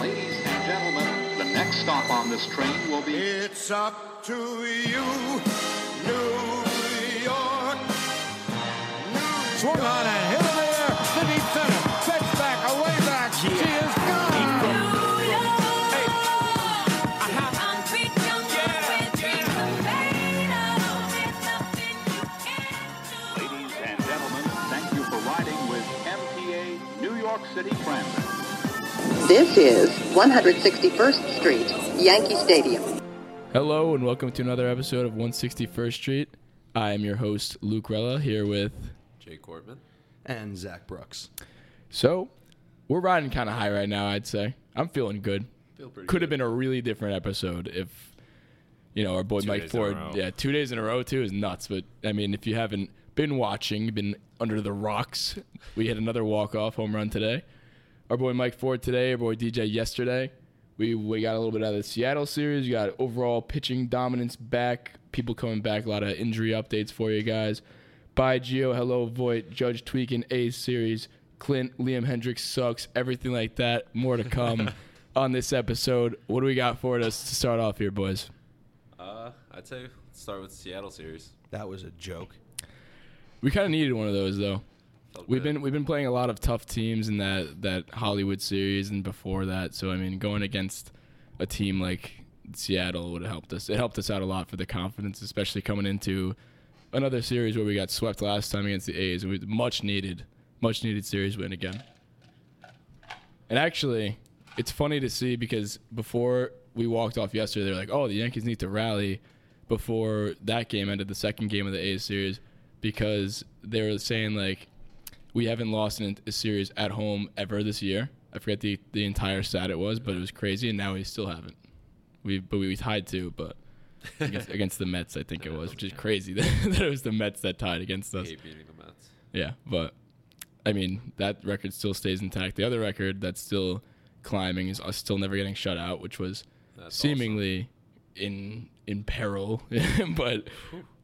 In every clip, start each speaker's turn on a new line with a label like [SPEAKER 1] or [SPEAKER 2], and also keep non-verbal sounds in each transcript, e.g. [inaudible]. [SPEAKER 1] Ladies and gentlemen, the next stop on this train will be.
[SPEAKER 2] It's up to you, New York.
[SPEAKER 3] Swung on and hit in the air. City center. Fetch back, away back. She is gone.
[SPEAKER 1] Ladies and gentlemen, thank you for riding with MTA New York City Transit.
[SPEAKER 4] This is 161st Street, Yankee Stadium.
[SPEAKER 5] Hello and welcome to another episode of 161st Street. I am your host Luke Rella here with.
[SPEAKER 6] Jay Cortman.
[SPEAKER 3] And Zach Brooks.
[SPEAKER 5] So, we're riding kind of high right now. I'd say I'm feeling good.
[SPEAKER 6] Feel pretty
[SPEAKER 5] Could have been a really different episode if, you know, our boy Mike
[SPEAKER 6] days in a
[SPEAKER 5] Ford.
[SPEAKER 6] row.
[SPEAKER 5] Yeah, two days in a row too is nuts. But I mean, if you haven't been watching, been under the rocks, we had another walk-off home run today. Our boy Mike Ford today. Our boy DJ yesterday. We we got a little bit out of the Seattle series. You got overall pitching dominance back. People coming back. A lot of injury updates for you guys. By Geo, hello Voight, Judge Tweakin, A's series, Clint, Liam Hendricks sucks, everything like that. More
[SPEAKER 3] [laughs]
[SPEAKER 5] to come on this episode. What do we got for us to start off here, boys?
[SPEAKER 6] Uh, I'd say let's start with Seattle series.
[SPEAKER 3] That was a joke.
[SPEAKER 5] We kind of needed one of those though.
[SPEAKER 6] Felt
[SPEAKER 5] We've
[SPEAKER 6] good.
[SPEAKER 5] been we've been playing a lot of tough teams in that that Hollywood series and before that. So I mean, going against a team like Seattle would have helped us. It helped us out a lot for the confidence, especially coming into another series where we got swept last time against the A's. We much needed, much needed series win again. And actually, it's funny to see because before we walked off yesterday, they're like, "Oh, the Yankees need to rally." Before that game ended, the second game of the A's series, because they were saying like, we haven't lost in a series at home ever this year. I forget the, the entire stat it was, but it was crazy, and now we still haven't. We but we, tied two,
[SPEAKER 6] [laughs]
[SPEAKER 5] but against, against the Mets, I think it was, which is crazy [laughs] that, that it was the Mets that tied against us.
[SPEAKER 6] Hate beating the Mets.
[SPEAKER 5] Yeah, but I mean that record still stays intact. The other record that's still climbing is us still never getting shut out, which was
[SPEAKER 6] That's
[SPEAKER 5] seemingly in in peril, [laughs] but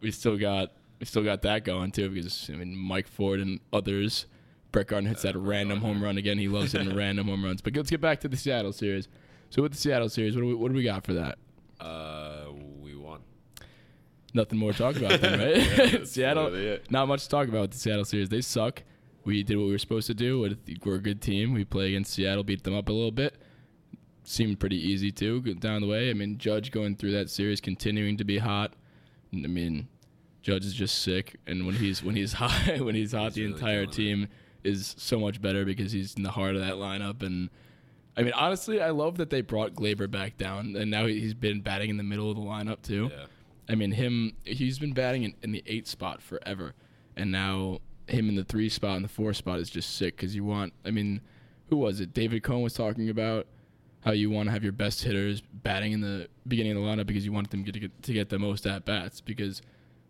[SPEAKER 5] we still got we still got that going too because I mean Mike Ford and others. Brett Gardner hits that random home run again. He loves [laughs] hitting random home runs. But let's get back to the Seattle series. So with the Seattle series, what do we, what do we got for that?
[SPEAKER 6] Uh, we won.
[SPEAKER 5] nothing more to talk
[SPEAKER 6] [laughs]
[SPEAKER 5] about then, right? [laughs] Seattle,
[SPEAKER 6] literally it.
[SPEAKER 5] not much to talk about with the Seattle series. They suck. We did what we were supposed to do. With- We're a good team. We play against Seattle, beat them up a little bit. Seemed pretty easy too, good down the way. I mean, Judge going through that series, continuing to be hot. I mean, Judge is just sick, and when he's when he's [laughs] hot, when he's hot, the
[SPEAKER 6] really
[SPEAKER 5] entire
[SPEAKER 6] killing it.
[SPEAKER 5] team is so much better because he's in the heart of that lineup. And I mean, honestly, I love that they brought Glaber back down, and now he's been batting in the middle of the lineup too.
[SPEAKER 6] Yeah.
[SPEAKER 5] I mean, him he's been batting in, in the eight spot forever, and now him in the three spot and the four spot is just sick because you want. I mean, who was it? David Cohn was talking about how you want to have your best hitters batting in the beginning of the lineup because you want them to get to get the most at bats because.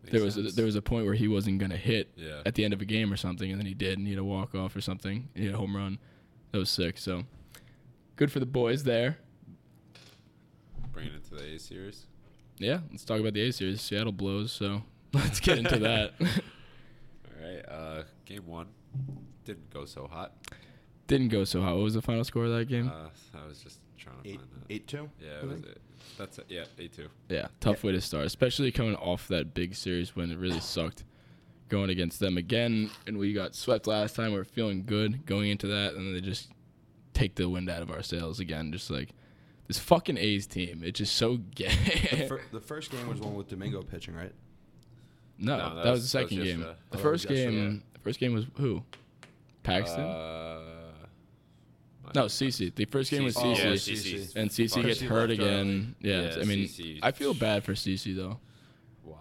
[SPEAKER 5] There was a,
[SPEAKER 6] sense.
[SPEAKER 5] there was a point where he wasn't gonna hit
[SPEAKER 6] Yeah.
[SPEAKER 5] at the end of a game or something, and then he did, and he had a walk off or something, and he had a home run. That was sick. So good for the boys there.
[SPEAKER 6] Bringing it to the A series.
[SPEAKER 5] Yeah, let's talk about the A series. Seattle blows, so [laughs] let's get into that.
[SPEAKER 6] [laughs] All right. Uh, game one didn't go so hot.
[SPEAKER 5] Didn't go so hot. What was the final score of that game?
[SPEAKER 6] Uh, I was just trying to
[SPEAKER 3] Eight,
[SPEAKER 6] find that.
[SPEAKER 3] eight two.
[SPEAKER 6] Yeah, it was it. That's it. Yeah, eight two.
[SPEAKER 5] yeah, tough way to start, especially coming off that big series when it really sucked. Going against them again, and we got swept last time. We are feeling good going into that, and then they just take the wind out of our sails again. Just like this fucking A's team, it's just so [laughs] gay.
[SPEAKER 3] Fir- the first game was one with Domingo pitching, right?
[SPEAKER 5] no,
[SPEAKER 6] No,
[SPEAKER 5] that,
[SPEAKER 6] that
[SPEAKER 5] was
[SPEAKER 6] was-
[SPEAKER 5] the
[SPEAKER 6] that was
[SPEAKER 5] second game.
[SPEAKER 6] yesterday.
[SPEAKER 5] The
[SPEAKER 3] Oh, that was
[SPEAKER 5] first
[SPEAKER 3] yesterday.
[SPEAKER 5] game, the first game was who? Paxton.
[SPEAKER 6] Uh,
[SPEAKER 5] No, CC. The first game was CC,
[SPEAKER 6] Oh, Yeah,
[SPEAKER 7] CeCe.
[SPEAKER 5] and CC gets
[SPEAKER 6] She
[SPEAKER 5] hurt
[SPEAKER 6] left early.
[SPEAKER 5] again. Yeah,
[SPEAKER 6] Yeah,
[SPEAKER 5] I mean,
[SPEAKER 6] CeCe.
[SPEAKER 5] I feel bad for CC though.
[SPEAKER 6] Why?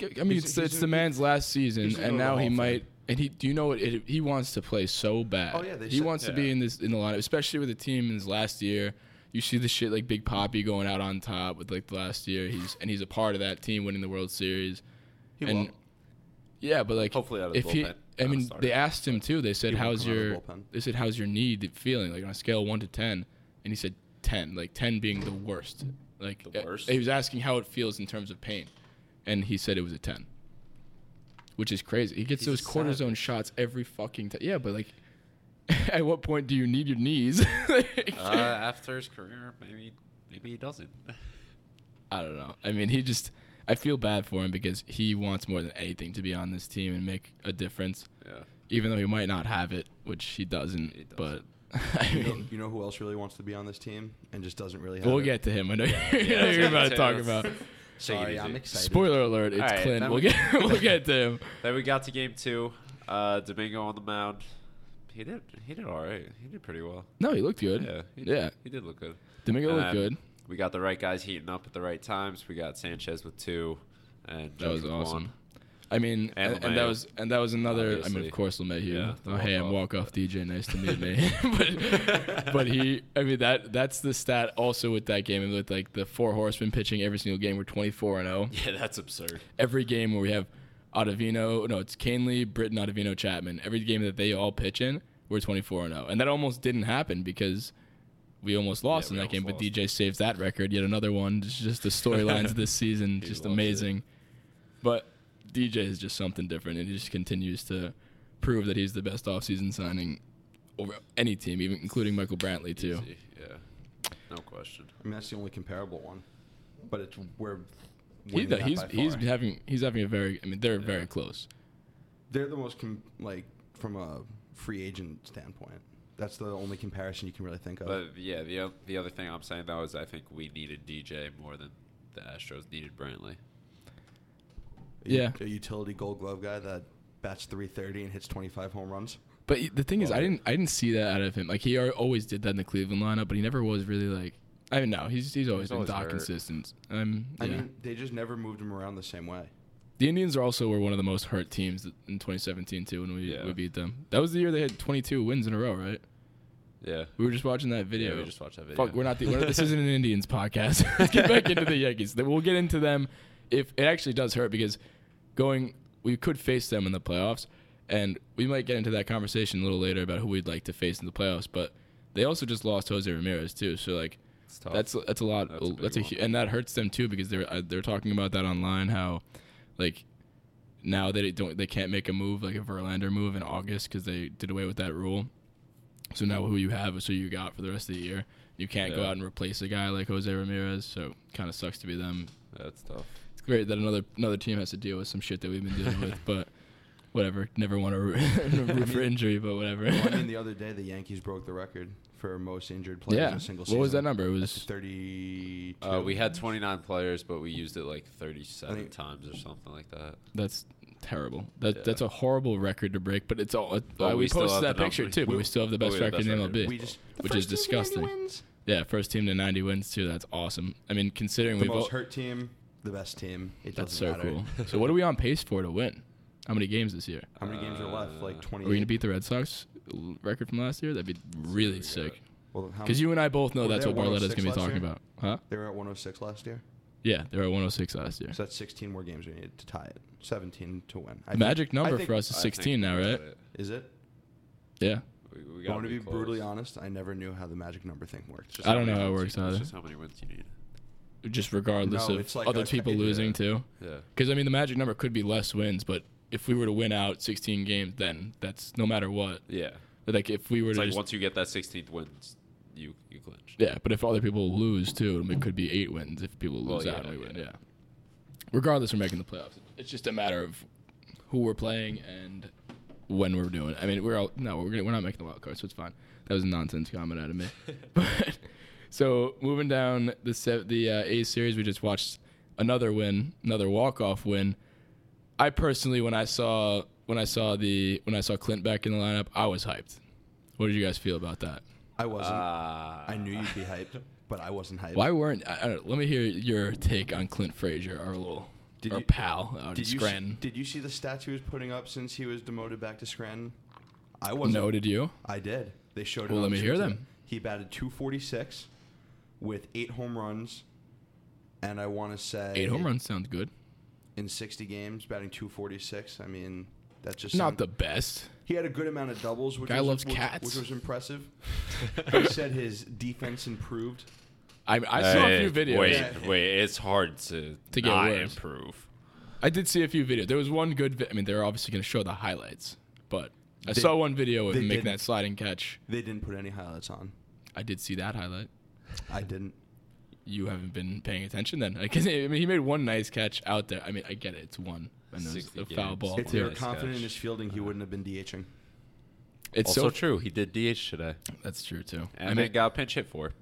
[SPEAKER 5] I mean, it's, it's the man's last season,
[SPEAKER 7] gonna go
[SPEAKER 5] and
[SPEAKER 7] to the
[SPEAKER 5] now
[SPEAKER 7] Hall
[SPEAKER 5] he
[SPEAKER 7] of
[SPEAKER 5] might. And he, do you know what? It, he wants to play so bad.
[SPEAKER 7] Oh, yeah, they
[SPEAKER 5] he
[SPEAKER 7] said-
[SPEAKER 5] wants to be in this in the lineup, especially with the team in his last year. You see the shit like Big Poppy going out on top with like the last year. He's and he's a part of that team winning the World Series.
[SPEAKER 7] He
[SPEAKER 5] and
[SPEAKER 7] won't.
[SPEAKER 5] yeah, but like
[SPEAKER 6] Hopefully out of the
[SPEAKER 5] if he,
[SPEAKER 6] bullpen,
[SPEAKER 5] I
[SPEAKER 6] not a
[SPEAKER 5] mean,
[SPEAKER 6] starter.
[SPEAKER 5] they asked him too. They said,
[SPEAKER 7] won't
[SPEAKER 5] "How's
[SPEAKER 7] come out of the
[SPEAKER 5] your?"
[SPEAKER 7] bullpen.
[SPEAKER 5] They said, "How's your knee feeling?" Like on a scale of one to ten, and he said ten, like ten being the worst. Like
[SPEAKER 6] The
[SPEAKER 5] uh,
[SPEAKER 6] worst?
[SPEAKER 5] He was asking how it feels in terms of pain, and he said it was a ten, which is crazy. He gets those cortisone shots every fucking time. Yeah, but like, [laughs] at what point do you need your knees? [laughs] Like,
[SPEAKER 6] [laughs] Uh, after his career, maybe maybe he doesn't.
[SPEAKER 5] I don't know. I mean, he just. I feel bad for him because he wants more than anything to be on this team and make a difference.
[SPEAKER 6] Yeah.
[SPEAKER 5] even though he might not have it, which he doesn't.
[SPEAKER 6] He doesn't.
[SPEAKER 5] But [laughs] I
[SPEAKER 7] You know,
[SPEAKER 5] mean,
[SPEAKER 7] you know who else really wants to be on this team and just doesn't really have
[SPEAKER 5] we'll
[SPEAKER 7] it?
[SPEAKER 5] get to him. [laughs] I know you're, you're about
[SPEAKER 6] [laughs]
[SPEAKER 5] to talk about.
[SPEAKER 7] Sorry, I'm excited.
[SPEAKER 5] Spoiler alert! It's
[SPEAKER 6] All right,
[SPEAKER 5] Clint.
[SPEAKER 6] then-
[SPEAKER 5] We'll get [laughs]
[SPEAKER 6] [laughs]
[SPEAKER 5] we'll get to him.
[SPEAKER 6] [laughs] Then we got to game two. Uh, Domingo on the mound. He did. He did all right. He did pretty well.
[SPEAKER 5] No, he looked good.
[SPEAKER 6] Yeah. He, Um,
[SPEAKER 5] yeah.
[SPEAKER 6] He did look good.
[SPEAKER 5] Domingo
[SPEAKER 6] And
[SPEAKER 5] looked
[SPEAKER 6] then
[SPEAKER 5] good.
[SPEAKER 6] We got the right guys heating up at the right times. We got Sanchez with two, and
[SPEAKER 5] That
[SPEAKER 6] Judge
[SPEAKER 5] was
[SPEAKER 6] with
[SPEAKER 5] awesome.
[SPEAKER 6] one.
[SPEAKER 5] I mean,
[SPEAKER 6] And
[SPEAKER 5] and, and that
[SPEAKER 6] LeMahieu,
[SPEAKER 5] was and that was another. I mean,
[SPEAKER 6] obviously.
[SPEAKER 5] of course, LeMahieu.
[SPEAKER 6] Yeah, the
[SPEAKER 5] oh, hey, I'm walk
[SPEAKER 6] walk-off.
[SPEAKER 5] off DJ. Nice to
[SPEAKER 6] [laughs]
[SPEAKER 5] meet me. [laughs] but, but he, I mean, that that's the stat also with that game. And with like the four horsemen pitching every single game, we're 24 and oh.
[SPEAKER 6] [laughs]
[SPEAKER 5] 0.
[SPEAKER 6] Yeah, that's absurd.
[SPEAKER 5] every game where we have Ottavino, no, it's Canley, Britton, Ottavino, Chapman. Every game that they all pitch in, we're 24 and 0. And that almost didn't happen because we almost lost
[SPEAKER 6] we
[SPEAKER 5] in that game,
[SPEAKER 6] almost
[SPEAKER 5] but DJ saves that record, yet another one. It's just the storylines
[SPEAKER 6] [laughs]
[SPEAKER 5] this season, just
[SPEAKER 6] loves it.
[SPEAKER 5] amazing. But DJ is just something different, and he just continues to prove that he's the best offseason signing over any team, even including Michael Brantley, too.
[SPEAKER 6] Yeah, no question.
[SPEAKER 7] I mean, that's the only comparable one. But it's where
[SPEAKER 5] He, he's he's having he's having a very I mean they're very close.
[SPEAKER 7] they're the most com- like from a free agent standpoint. That's the only comparison you can really think of.
[SPEAKER 6] But yeah, the o- the other thing I'm saying though is I think we needed DJ more than the Astros needed Brantley.
[SPEAKER 7] A u-
[SPEAKER 5] yeah.
[SPEAKER 7] a utility Gold Glove guy that bats 330 and hits 25 home runs.
[SPEAKER 5] But the thing is, I didn't I didn't see that out of him. Like he al- always did that in the Cleveland lineup, but he never was really like. I mean, no, he's he's always been
[SPEAKER 6] always
[SPEAKER 5] dot
[SPEAKER 6] hurt.
[SPEAKER 5] consistent. Um, yeah.
[SPEAKER 7] I mean, they just never moved him around the same way.
[SPEAKER 5] the Indians are also were one of the most hurt teams in 2017 too when we,
[SPEAKER 6] Yeah.
[SPEAKER 5] we beat them. That was the year they had 22 wins in a row, right?
[SPEAKER 6] Yeah.
[SPEAKER 5] We were just watching that video.
[SPEAKER 6] we just watched that
[SPEAKER 5] Fuck,
[SPEAKER 6] video.
[SPEAKER 5] we're not the. We're,
[SPEAKER 6] [laughs]
[SPEAKER 5] this isn't an Indians podcast. [laughs] Let's get back into the Yankees. Then We'll get into them if it actually does hurt because going we could face them in the playoffs, and we might get into that conversation a little later about who we'd like to face in the playoffs. But they also just lost Jose Ramirez too, so like
[SPEAKER 6] tough.
[SPEAKER 5] that's that's a lot.
[SPEAKER 6] That's a big
[SPEAKER 5] That's a,
[SPEAKER 6] one.
[SPEAKER 5] hu and that hurts them too because they're uh, they're talking about that online how like now they don't they can't make a move like a Verlander move in August because they did away with that rule. So now who you have is who you got for the rest of the year. You can't go
[SPEAKER 6] Yeah.
[SPEAKER 5] out and replace a guy like Jose Ramirez. So kind of sucks to be them.
[SPEAKER 6] That's tough.
[SPEAKER 5] It's great that another another team has to deal with some shit that we've been
[SPEAKER 7] [laughs]
[SPEAKER 5] dealing with, but whatever. Never want to [laughs] root for injury, but whatever.
[SPEAKER 7] Well, I
[SPEAKER 5] [laughs]
[SPEAKER 7] mean, the other day the Yankees broke the record for most injured players in
[SPEAKER 5] yeah.
[SPEAKER 7] a single
[SPEAKER 5] What
[SPEAKER 7] season.
[SPEAKER 5] was that number? It was
[SPEAKER 7] 32.
[SPEAKER 6] Uh, we had 29 players, but we used it like 37
[SPEAKER 7] I think-
[SPEAKER 6] times or something like that.
[SPEAKER 5] That's terrible. That
[SPEAKER 6] Yeah.
[SPEAKER 5] that's a horrible record to break. But it's all. uh,
[SPEAKER 6] But
[SPEAKER 5] we,
[SPEAKER 6] we still
[SPEAKER 5] posted
[SPEAKER 6] have
[SPEAKER 5] that
[SPEAKER 6] the
[SPEAKER 5] picture
[SPEAKER 6] number.
[SPEAKER 5] too, but we,
[SPEAKER 6] We-
[SPEAKER 5] still have the
[SPEAKER 6] but
[SPEAKER 5] best
[SPEAKER 6] we have the
[SPEAKER 5] record in
[SPEAKER 6] best record.
[SPEAKER 5] MLB,
[SPEAKER 7] we just
[SPEAKER 5] which is disgusting.
[SPEAKER 7] Wins.
[SPEAKER 5] Yeah, first team to 90 wins too. That's awesome. I mean, considering
[SPEAKER 7] The
[SPEAKER 5] we've all,
[SPEAKER 7] most hurt team, the best team. It
[SPEAKER 5] that's so
[SPEAKER 7] doesn't matter.
[SPEAKER 5] cool. so what are we on pace for to win? How many games this year?
[SPEAKER 7] How many games are left? Like 20.
[SPEAKER 5] Are we gonna beat the Red Sox l- record from last year? That'd be really sick.
[SPEAKER 7] Well, how
[SPEAKER 5] Because
[SPEAKER 7] many-
[SPEAKER 5] you and I both know
[SPEAKER 7] Were
[SPEAKER 5] that's
[SPEAKER 7] they
[SPEAKER 5] what
[SPEAKER 7] at
[SPEAKER 5] Barletta's
[SPEAKER 7] 106
[SPEAKER 5] gonna be
[SPEAKER 7] last
[SPEAKER 5] talking
[SPEAKER 7] year?
[SPEAKER 5] about, huh?
[SPEAKER 7] They were at 106 last year.
[SPEAKER 5] Yeah, they were at 106 last year.
[SPEAKER 7] So that's 16 more games we need to tie it. 17 to win. I
[SPEAKER 5] The
[SPEAKER 7] think-
[SPEAKER 5] Magic
[SPEAKER 7] I
[SPEAKER 5] number
[SPEAKER 7] think-
[SPEAKER 5] for us is
[SPEAKER 6] I
[SPEAKER 5] 16
[SPEAKER 6] think
[SPEAKER 5] now,
[SPEAKER 6] we got
[SPEAKER 5] right?
[SPEAKER 6] it.
[SPEAKER 7] Is it?
[SPEAKER 5] Yeah.
[SPEAKER 6] We, we
[SPEAKER 7] I
[SPEAKER 6] got
[SPEAKER 7] want to be
[SPEAKER 6] close.
[SPEAKER 7] brutally honest. I never knew how the magic number thing worked.
[SPEAKER 6] Just
[SPEAKER 5] I don't
[SPEAKER 6] many
[SPEAKER 5] know how it
[SPEAKER 6] wins
[SPEAKER 5] works
[SPEAKER 6] you need. It's
[SPEAKER 5] either.
[SPEAKER 6] Just how many wins you need?
[SPEAKER 5] Just regardless
[SPEAKER 7] No,
[SPEAKER 5] of
[SPEAKER 7] it's like
[SPEAKER 5] other
[SPEAKER 7] a-
[SPEAKER 5] people
[SPEAKER 7] yeah.
[SPEAKER 5] losing too.
[SPEAKER 6] Yeah.
[SPEAKER 5] Because I mean, the magic number could be less wins, but if we were to win out 16 games, then that's no matter what.
[SPEAKER 6] Yeah.
[SPEAKER 5] Like if we were
[SPEAKER 6] It's
[SPEAKER 5] to
[SPEAKER 6] like
[SPEAKER 5] just,
[SPEAKER 6] once you get that 16th win, you you clinch.
[SPEAKER 5] yeah, but if other people lose too, it could be eight wins if people
[SPEAKER 6] Well,
[SPEAKER 5] lose out
[SPEAKER 6] yeah,
[SPEAKER 5] and we win.
[SPEAKER 6] yeah.
[SPEAKER 5] Yeah. Regardless, we're making the playoffs. It's just a matter of who we're playing and when we're doing. it. I mean, we're all no, we're gonna, we're not making the wild card, so it's fine. That was a nonsense comment out of me.
[SPEAKER 6] [laughs]
[SPEAKER 5] but so moving down the se- the uh, A series, we just watched another win, another walk off win. I personally, when I saw when I saw the when I saw Clint back in the lineup, I was hyped. What did you guys feel about that?
[SPEAKER 7] I wasn't.
[SPEAKER 6] Uh,
[SPEAKER 7] I knew you'd be hyped, but I wasn't hyped.
[SPEAKER 5] Why weren't? I, I don't know, let me hear your take on Clint Frazier, our little
[SPEAKER 7] Did
[SPEAKER 5] our
[SPEAKER 7] you-
[SPEAKER 5] pal out in
[SPEAKER 7] Did you,
[SPEAKER 5] Scranton.
[SPEAKER 7] see, did you see the stats he was putting up since he was demoted back to Scranton? I wasn't.
[SPEAKER 5] no, did you?
[SPEAKER 7] I did. They showed it
[SPEAKER 5] Well,
[SPEAKER 7] on
[SPEAKER 5] let me hear
[SPEAKER 7] Tuesday.
[SPEAKER 5] them.
[SPEAKER 7] He batted 246 with eight home runs, and I want to say
[SPEAKER 5] Eight home runs sounds good.
[SPEAKER 7] in 60 games, batting 246. I mean, that just
[SPEAKER 5] Not
[SPEAKER 7] sound-
[SPEAKER 5] the best.
[SPEAKER 7] He had a good amount of doubles, which
[SPEAKER 5] Guy
[SPEAKER 7] was,
[SPEAKER 5] loves
[SPEAKER 7] which,
[SPEAKER 5] cats.
[SPEAKER 7] which was
[SPEAKER 5] [laughs]
[SPEAKER 7] impressive. he said his defense improved.
[SPEAKER 5] I, I saw
[SPEAKER 6] Hey,
[SPEAKER 5] a few videos.
[SPEAKER 6] Wait,
[SPEAKER 7] Yeah.
[SPEAKER 6] wait, it's hard to,
[SPEAKER 5] To get
[SPEAKER 6] not
[SPEAKER 5] worse.
[SPEAKER 6] improve.
[SPEAKER 5] I did see a few videos. There was one good. Vi- I mean, they're obviously going to show the highlights, but I saw one video of
[SPEAKER 7] they
[SPEAKER 5] him making
[SPEAKER 7] didn't.
[SPEAKER 5] that sliding catch.
[SPEAKER 7] They didn't put any highlights on.
[SPEAKER 5] I did see that highlight.
[SPEAKER 7] I didn't.
[SPEAKER 5] You haven't been paying attention then, because [laughs] I mean, he made one nice catch out there. I mean, I get it. It's one. And it was
[SPEAKER 6] 60
[SPEAKER 5] a foul
[SPEAKER 6] games.
[SPEAKER 5] ball.
[SPEAKER 6] It's
[SPEAKER 7] If they were
[SPEAKER 5] too.
[SPEAKER 6] nice
[SPEAKER 7] confident in
[SPEAKER 6] catch.
[SPEAKER 7] his fielding, he wouldn't have been DHing.
[SPEAKER 5] It's
[SPEAKER 6] Also
[SPEAKER 5] so
[SPEAKER 6] true. He did DH today,
[SPEAKER 5] That's true too.
[SPEAKER 6] and
[SPEAKER 5] I
[SPEAKER 6] then
[SPEAKER 5] mean,
[SPEAKER 6] got pinch hit for.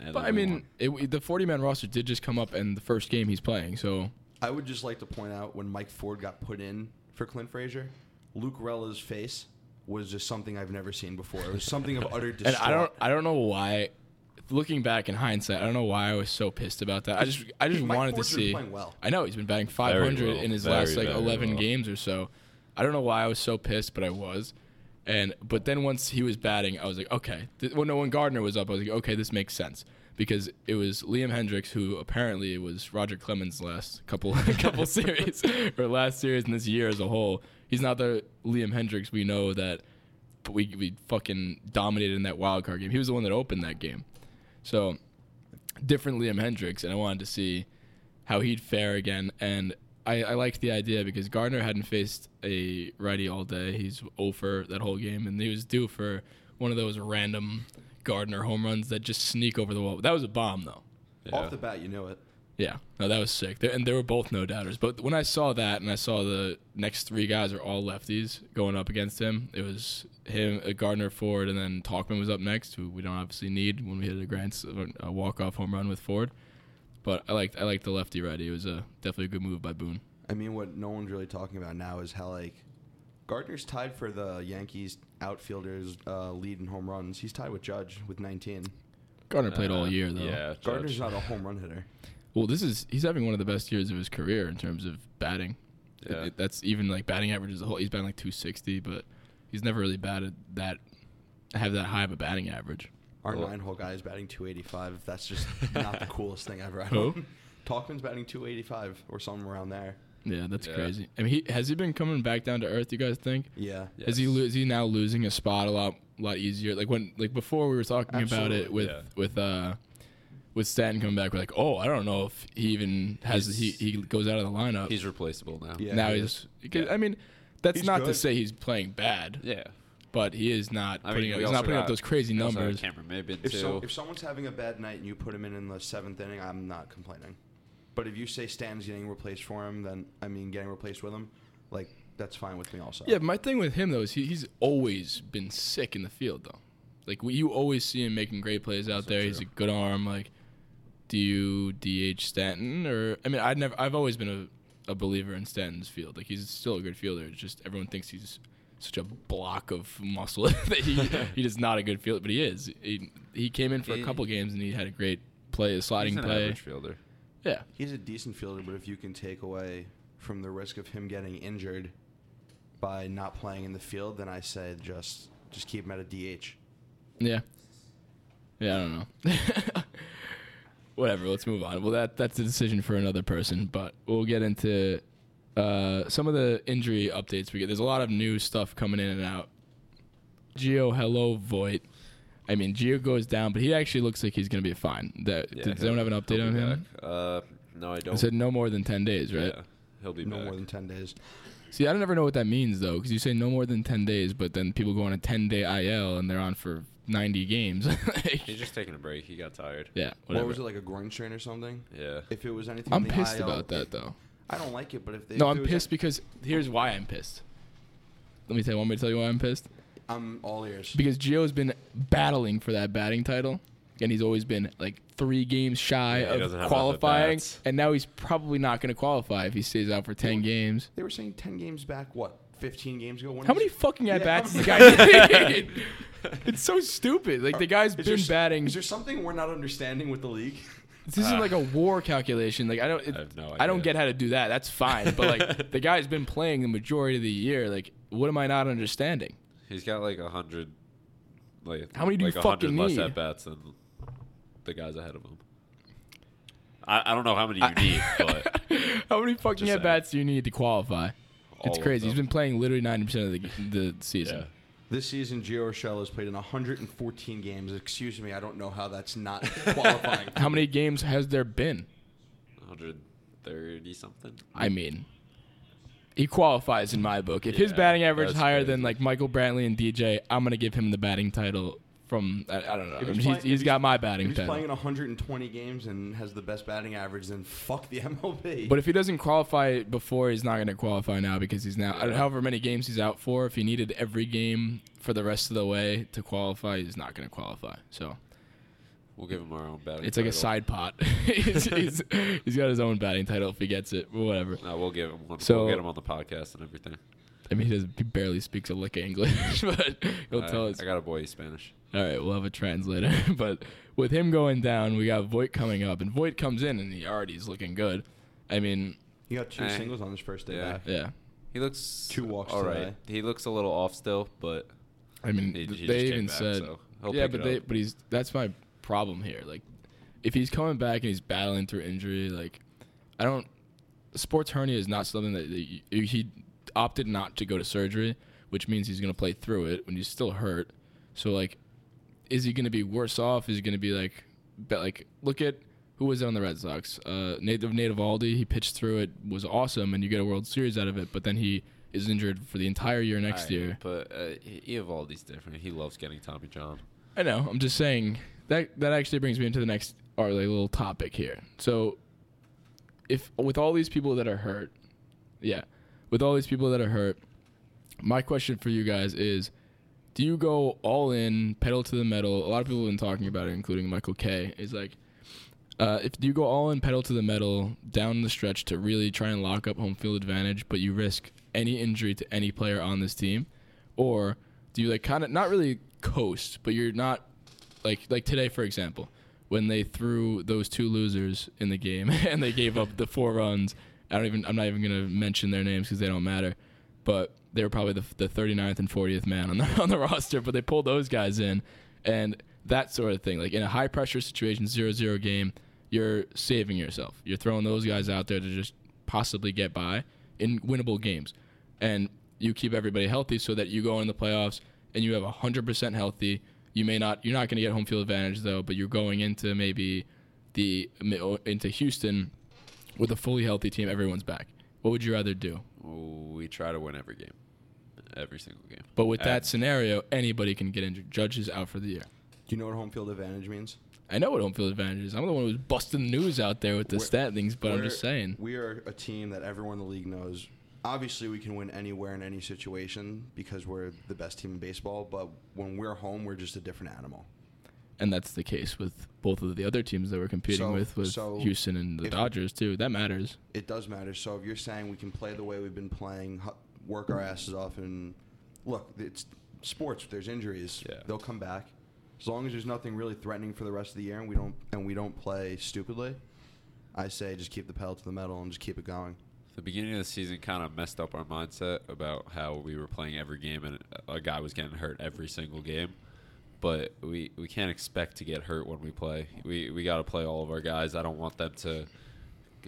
[SPEAKER 6] And
[SPEAKER 5] but
[SPEAKER 6] then
[SPEAKER 5] I
[SPEAKER 6] we
[SPEAKER 5] mean,
[SPEAKER 6] won.
[SPEAKER 5] it, the 40-man roster did just come up, and the first game he's playing. So
[SPEAKER 7] I would just like to point out when Mike Ford got put in for Clint Frazier, Luke Rella's face was just something I've never seen before. It was something of utter
[SPEAKER 5] [laughs] and
[SPEAKER 7] distraught.
[SPEAKER 5] I don't I don't know why. Looking back in hindsight, I don't know why I was so pissed about that. I just I just
[SPEAKER 7] Mike
[SPEAKER 5] wanted
[SPEAKER 7] Fortune
[SPEAKER 5] to see.
[SPEAKER 7] playing well.
[SPEAKER 5] I know he's been batting 500
[SPEAKER 6] well.
[SPEAKER 5] in his
[SPEAKER 6] Very,
[SPEAKER 5] last like
[SPEAKER 6] very
[SPEAKER 5] 11
[SPEAKER 6] well.
[SPEAKER 5] games or so. I don't know why I was so pissed, but I was. And but then once he was batting, I was like, okay. Th- Well, no, when Gardner was up, I was like, okay, this makes sense because it was Liam Hendricks who apparently was Roger Clemens' last couple [laughs] couple series or last series and this year as a whole. He's not the Liam Hendricks we know that but we we fucking dominated in that wild card game. He was the one that opened that game, so different Liam Hendricks, and I wanted to see how he'd fare again. And I, I liked the idea because Gardner hadn't faced a righty all day. He's over that whole game, and he was due for one of those random Gardner home runs that just sneak over the wall. That was a bomb, though.
[SPEAKER 7] Off the bat, you know it.
[SPEAKER 5] Yeah, no, that was sick. They- and they were both no doubters. But when I saw that, and I saw the next three guys are all lefties going up against him, it was him, uh, Gardner, Ford, and then Talkman was up next, who we don't obviously need when we hit a Grant's uh, walk off home run with Ford. But I liked I liked the lefty righty. It was a definitely a good move by Boone.
[SPEAKER 7] I mean, what no one's really talking about now is how like Gardner's tied for the Yankees outfielders uh, lead in home runs. He's tied with Judge with 19.
[SPEAKER 5] Gardner played all
[SPEAKER 6] Uh,
[SPEAKER 5] year though.
[SPEAKER 6] Yeah,
[SPEAKER 7] Gardner's
[SPEAKER 6] Judge.
[SPEAKER 7] not a home run hitter.
[SPEAKER 5] Well, this is he's having one of the best years of his career in terms of batting. It-
[SPEAKER 6] Yeah.
[SPEAKER 5] it- that's even like batting average as a whole. He's batting like 260, but he's never really batted that have that high of a batting average.
[SPEAKER 7] Our
[SPEAKER 6] Well-
[SPEAKER 7] nine hole guy is batting 285. That's just not
[SPEAKER 5] [laughs]
[SPEAKER 7] the coolest thing ever. I
[SPEAKER 5] Who?
[SPEAKER 7] don't- [laughs] Talkman's batting 285 or something around there.
[SPEAKER 5] Yeah, that's
[SPEAKER 6] Yeah.
[SPEAKER 5] crazy. I mean, he, has he been coming back down to earth? You guys think?
[SPEAKER 7] Yeah.
[SPEAKER 5] Is he
[SPEAKER 6] Yes.
[SPEAKER 5] lo- is he now losing a spot a lot lot easier? Like when like before we were talking about
[SPEAKER 7] Absolutely,
[SPEAKER 5] it with
[SPEAKER 6] yeah.
[SPEAKER 5] with uh with Stanton coming back. We're like, oh, I don't know if he even has he
[SPEAKER 6] He's-
[SPEAKER 5] he goes out of the lineup.
[SPEAKER 6] He's replaceable now.
[SPEAKER 7] Yeah.
[SPEAKER 5] now
[SPEAKER 7] he
[SPEAKER 5] he's. because, I mean, that's
[SPEAKER 7] He's
[SPEAKER 5] not to
[SPEAKER 7] good.
[SPEAKER 5] say he's playing bad,
[SPEAKER 6] Yeah.
[SPEAKER 5] but he is not
[SPEAKER 6] I
[SPEAKER 5] putting
[SPEAKER 6] mean,
[SPEAKER 5] up,
[SPEAKER 6] we
[SPEAKER 5] he's
[SPEAKER 6] also
[SPEAKER 5] not putting
[SPEAKER 6] got,
[SPEAKER 5] up those crazy
[SPEAKER 6] we also got
[SPEAKER 5] numbers.
[SPEAKER 6] Cameron Maybin
[SPEAKER 7] If,
[SPEAKER 6] too.
[SPEAKER 7] so, if someone's having a bad night and you put him in in the seventh inning, I'm not complaining. But if you say Stan's getting replaced for him, then I mean getting replaced with him, like that's fine with me also.
[SPEAKER 5] Yeah, my thing with him though is he, he's always been sick in the field though. Like we, you always see him making great plays out there. He's a good arm. Like, do you DH Stanton or I mean I never I've always been a, a believer in Stanton's field. Like he's still a good fielder. It's just everyone thinks he's such a block of muscle [laughs] that
[SPEAKER 6] [laughs]
[SPEAKER 5] he he is not a good fielder, but he is. He he came in for a
[SPEAKER 6] He-
[SPEAKER 5] couple games and he had a great play, a sliding
[SPEAKER 6] He's an
[SPEAKER 5] play.
[SPEAKER 6] average fielder.
[SPEAKER 5] Yeah,
[SPEAKER 7] He's a decent fielder, but if you can take away from the risk of him getting injured by not playing in the field, then I say just just keep him at a DH.
[SPEAKER 5] Yeah. Yeah, I don't know. [laughs] Whatever, let's move on. Well, that that's a decision for another person, but we'll get into uh, some of the injury updates we get. There's a lot of new stuff coming in and out. Gio, hello, Voight. I mean, Gio goes down, but he actually looks like he's going to be fine. That,
[SPEAKER 6] Yeah,
[SPEAKER 5] did anyone have an
[SPEAKER 6] he'll
[SPEAKER 5] update on
[SPEAKER 6] be
[SPEAKER 5] him?
[SPEAKER 6] back. Uh, no, I
[SPEAKER 5] I
[SPEAKER 6] don't.
[SPEAKER 5] said no more than 10 days, right?
[SPEAKER 6] yeah, he'll be
[SPEAKER 7] No
[SPEAKER 6] back.
[SPEAKER 7] more than ten days.
[SPEAKER 5] See, I don't ever know what that means, though, because you say no more than 10 days, but then people go on a 10 day IL and they're on for 90 games. [laughs] Like,
[SPEAKER 6] He's just taking a break. He got tired.
[SPEAKER 5] yeah, whatever.
[SPEAKER 7] What was it like a groin strain or something?
[SPEAKER 6] Yeah.
[SPEAKER 7] If it was anything,
[SPEAKER 5] I'm
[SPEAKER 7] on the
[SPEAKER 5] pissed
[SPEAKER 7] IL,
[SPEAKER 5] about that though.
[SPEAKER 7] I don't like it, but if they
[SPEAKER 5] No,
[SPEAKER 7] if
[SPEAKER 5] I'm
[SPEAKER 7] it was-
[SPEAKER 5] pissed because here's why I'm pissed. Let me tell you. Want me to tell you why I'm pissed?
[SPEAKER 7] I'm all ears.
[SPEAKER 5] Because Gio's been battling for that batting title, and he's always been like three games shy
[SPEAKER 6] Yeah, he doesn't
[SPEAKER 5] of
[SPEAKER 6] have enough
[SPEAKER 5] qualifying,
[SPEAKER 6] at-bats.
[SPEAKER 5] and now he's probably not going to qualify if he stays out for ten games.
[SPEAKER 7] They were saying ten games back, what 15 games ago. When
[SPEAKER 5] How
[SPEAKER 7] is
[SPEAKER 5] many
[SPEAKER 7] it? [laughs]
[SPEAKER 5] fucking at bats
[SPEAKER 7] how
[SPEAKER 5] the guy made?
[SPEAKER 7] [laughs]
[SPEAKER 5] It's so stupid. Like the guy's
[SPEAKER 7] Is
[SPEAKER 5] been
[SPEAKER 7] there s-
[SPEAKER 5] batting.
[SPEAKER 7] Is there something we're not understanding with the league?
[SPEAKER 5] [laughs] This isn't like a war calculation. Like I don't, it, I,
[SPEAKER 6] have no
[SPEAKER 5] don't
[SPEAKER 6] idea.
[SPEAKER 5] get how to do that. That's fine, but
[SPEAKER 6] [laughs]
[SPEAKER 5] like the guy's been playing the majority of the year. Like, what am I not understanding?
[SPEAKER 6] He's got like a hundred. Like
[SPEAKER 5] How many do you
[SPEAKER 6] like a hundred
[SPEAKER 5] fucking
[SPEAKER 6] less
[SPEAKER 5] need?
[SPEAKER 6] at bats than the guys ahead of him. I, I don't know how many you
[SPEAKER 5] [laughs]
[SPEAKER 6] need, but
[SPEAKER 5] How many fucking
[SPEAKER 6] saying.
[SPEAKER 5] at bats do you need to qualify?
[SPEAKER 6] All
[SPEAKER 5] It's
[SPEAKER 6] of
[SPEAKER 5] crazy. He's
[SPEAKER 6] them.
[SPEAKER 5] been playing literally ninety percent of the the season.
[SPEAKER 6] yeah.
[SPEAKER 7] This season, Gio Rochelle has played in 114 games. Excuse me, I don't know how that's not qualifying.
[SPEAKER 5] How many games has there been?
[SPEAKER 6] 130 something.
[SPEAKER 5] I mean, he qualifies in my book. If his
[SPEAKER 6] Yeah,
[SPEAKER 5] batting average is
[SPEAKER 6] that's
[SPEAKER 5] higher
[SPEAKER 6] crazy.
[SPEAKER 5] than like Michael Brantley and DJ, I'm gonna give him the batting title. From I, I don't know.
[SPEAKER 7] he's
[SPEAKER 5] He's,
[SPEAKER 7] playing- if
[SPEAKER 5] he's
[SPEAKER 7] he's-
[SPEAKER 5] got my
[SPEAKER 7] If
[SPEAKER 5] batting
[SPEAKER 7] he's
[SPEAKER 5] title.
[SPEAKER 7] playing in 120 games and has the best batting average, then fuck the [laughs] MLB.
[SPEAKER 5] But if he doesn't qualify before, he's not going to qualify now because he's now however many games he's out for. If he needed every game for the rest of the way to qualify, he's not going to qualify. So
[SPEAKER 6] We'll give him our own batting.
[SPEAKER 5] it's like a
[SPEAKER 6] title.
[SPEAKER 5] side pot. [laughs] he's, he's- he's got his own batting title if he gets it, or whatever.
[SPEAKER 6] No, we'll give him. One,
[SPEAKER 5] So-
[SPEAKER 6] we'll get him on the podcast and everything.
[SPEAKER 5] I mean, he, doesn't, he barely speaks a lick of English, [laughs] but he'll
[SPEAKER 6] I,
[SPEAKER 5] tell us.
[SPEAKER 6] I got a boy Spanish.
[SPEAKER 5] All right, we'll have a translator. [laughs] but with him going down, we got Voight coming up, and Voight comes in and he already is looking good. I mean,
[SPEAKER 7] he got two
[SPEAKER 6] Eh.
[SPEAKER 7] singles on his first day
[SPEAKER 6] Yeah.
[SPEAKER 7] back.
[SPEAKER 5] yeah.
[SPEAKER 6] He looks
[SPEAKER 7] Two walks
[SPEAKER 6] All right,
[SPEAKER 7] today.
[SPEAKER 6] he looks a little off still, but
[SPEAKER 5] I mean,
[SPEAKER 6] He-
[SPEAKER 5] th-
[SPEAKER 6] he
[SPEAKER 5] they
[SPEAKER 6] just came
[SPEAKER 5] even
[SPEAKER 6] back,
[SPEAKER 5] said,
[SPEAKER 6] so he'll
[SPEAKER 5] yeah,
[SPEAKER 6] pick
[SPEAKER 5] but
[SPEAKER 6] it
[SPEAKER 5] they,
[SPEAKER 6] up.
[SPEAKER 5] but he's that's my problem here. Like, if he's coming back and he's battling through injury, like, I don't. Sports hernia is not something that, that you, he opted not to go to surgery, which means he's going to play through it when he's still hurt. So like, is he going to be worse off? Is he going to be like, but like, look at who was it on the Red Sox? Uh, native Native Aldi. He pitched through it, was awesome, and you get a World Series out of it. But then he is injured for the entire year next
[SPEAKER 6] All right,
[SPEAKER 5] year.
[SPEAKER 6] But uh, E- Eovaldi's different. He loves getting Tommy John.
[SPEAKER 5] I know. I'm just saying that that actually brings me into the next our like, little topic here. So, if with all these people that are hurt, yeah, with all these people that are hurt, my question for you guys is: Do you go all in, pedal to the metal? A lot of people have been talking about it, including Michael K. Is like, uh, if you go all in, pedal to the metal down the stretch to really try and lock up home field advantage, but you risk any injury to any player on this team, or do you like kind of not really coast, but you're not like like today for example, when they threw those two losers in the game [laughs] and they gave up the four runs. I don't even I'm not even gonna mention their names because they don't matter, but they were probably the, the 39th and 40th man on the [laughs] on the roster. But they pulled those guys in and that sort of thing. Like in a high pressure situation, 0-0 game, you're saving yourself. You're throwing those guys out there to just possibly get by in winnable games and you keep everybody healthy so that you go in the playoffs and you have 100% healthy. You may not you're not going to get home field advantage though, but you're going into maybe the into Houston with a fully healthy team, everyone's back. What would you rather do?
[SPEAKER 6] We try to win every game, every single game.
[SPEAKER 5] But with that
[SPEAKER 6] Abs-
[SPEAKER 5] scenario, anybody can get injured. Judges out for the year.
[SPEAKER 7] Do you know what home field advantage means?
[SPEAKER 5] I know what home field advantage is. I'm the one who's busting the news out there with the
[SPEAKER 7] We're-
[SPEAKER 5] stat things, but I'm
[SPEAKER 7] We're-
[SPEAKER 5] just saying.
[SPEAKER 7] We are a team that everyone in the league knows. Obviously, we can win anywhere in any situation because we're the best team in baseball. But when we're home, we're just a different animal.
[SPEAKER 5] And that's the case with both of the other teams that we're competing
[SPEAKER 7] So-
[SPEAKER 5] with, with
[SPEAKER 7] so
[SPEAKER 5] Houston and the
[SPEAKER 7] if-
[SPEAKER 5] Dodgers too. That matters.
[SPEAKER 7] It does matter. So if you're saying we can play the way we've been playing, hu- work our asses off, and look, it's sports. There's injuries.
[SPEAKER 6] Yeah.
[SPEAKER 7] They'll come back. As long as there's nothing really threatening for the rest of the year, and we don't and we don't play stupidly, I say just keep the pedal to the metal and just keep it going.
[SPEAKER 6] the beginning of the season kind of messed up our mindset about how we were playing every game and a guy was getting hurt every single game. But we, we can't expect to get hurt when we play. We we got to play all of our guys. I don't want them to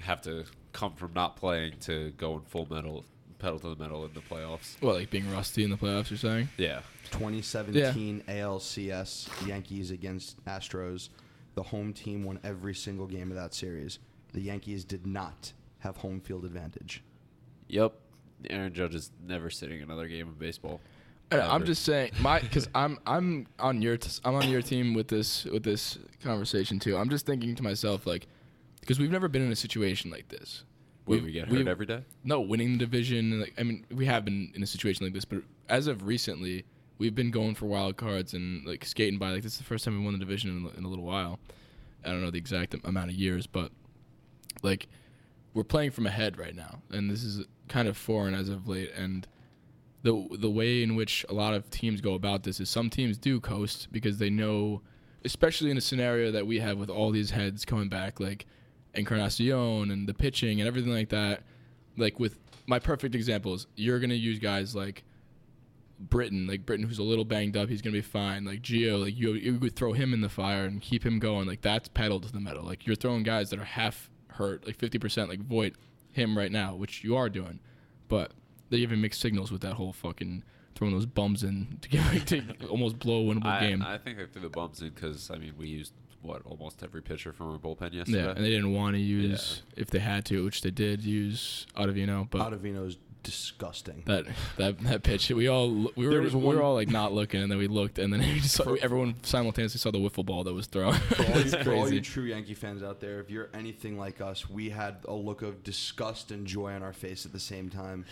[SPEAKER 6] have to come from not playing to go in full metal, pedal to the metal in the playoffs.
[SPEAKER 5] Well, like being rusty in the playoffs, you're saying?
[SPEAKER 6] Yeah,
[SPEAKER 7] 2017 ALCS Yankees against Astros. The home team won every single game of that series. The Yankees did not have home field advantage.
[SPEAKER 6] Yep. Aaron Judge is never sitting another game of baseball.
[SPEAKER 5] I know, I'm
[SPEAKER 6] Ever.
[SPEAKER 5] just saying my because I'm I'm on your t- I'm on your team with this with this conversation too. I'm just thinking to myself like because we've never been in a situation like this.
[SPEAKER 6] Where
[SPEAKER 5] We've-
[SPEAKER 6] we get hurt
[SPEAKER 5] we've-
[SPEAKER 6] every day.
[SPEAKER 5] No, winning the division. Like, I mean, we have been in a situation like this, but as of recently, we've been going for wild cards and like skating by. Like this is the first time we won the division in, in a little while. I don't know the exact amount of years, but like we're playing from ahead right now, and this is kind of foreign as of late. And the the way in which a lot of teams go about this is some teams do coast because they know, especially in the scenario that we have with all these heads coming back, like Encarnacion and the pitching and everything like that. Like with my perfect examples, you're gonna use guys like Britain, like Britain, who's a little banged up, he's gonna be fine. Like Gio, like you, you would throw him in the fire and keep him going. Like that's pedal to the metal. Like you're throwing guys that are half hurt, like 50%, like Voight, him right now, which you are doing, but they even mixed signals with that whole fucking throwing those bums in to get like, to
[SPEAKER 6] [laughs]
[SPEAKER 5] almost blow a winnable
[SPEAKER 6] I,
[SPEAKER 5] game.
[SPEAKER 6] I think they threw the bumps in because I mean we used what almost every pitcher from our bullpen yesterday.
[SPEAKER 5] yeah, and they didn't want to use if they had to, which they did use Ottavino, but
[SPEAKER 7] Ottavino is disgusting.
[SPEAKER 5] that that that pitch. We all we were,
[SPEAKER 7] There was
[SPEAKER 5] we
[SPEAKER 7] one-
[SPEAKER 5] were all like not looking, and then we looked, and then [laughs] we just saw, everyone simultaneously saw the wiffle ball that was thrown. [laughs]
[SPEAKER 7] For all, you,
[SPEAKER 5] It's
[SPEAKER 7] for all you
[SPEAKER 5] crazy.
[SPEAKER 7] true Yankee fans out there, if you're anything like us, we had a look of disgust and joy on our face at the same
[SPEAKER 5] [laughs]
[SPEAKER 7] time.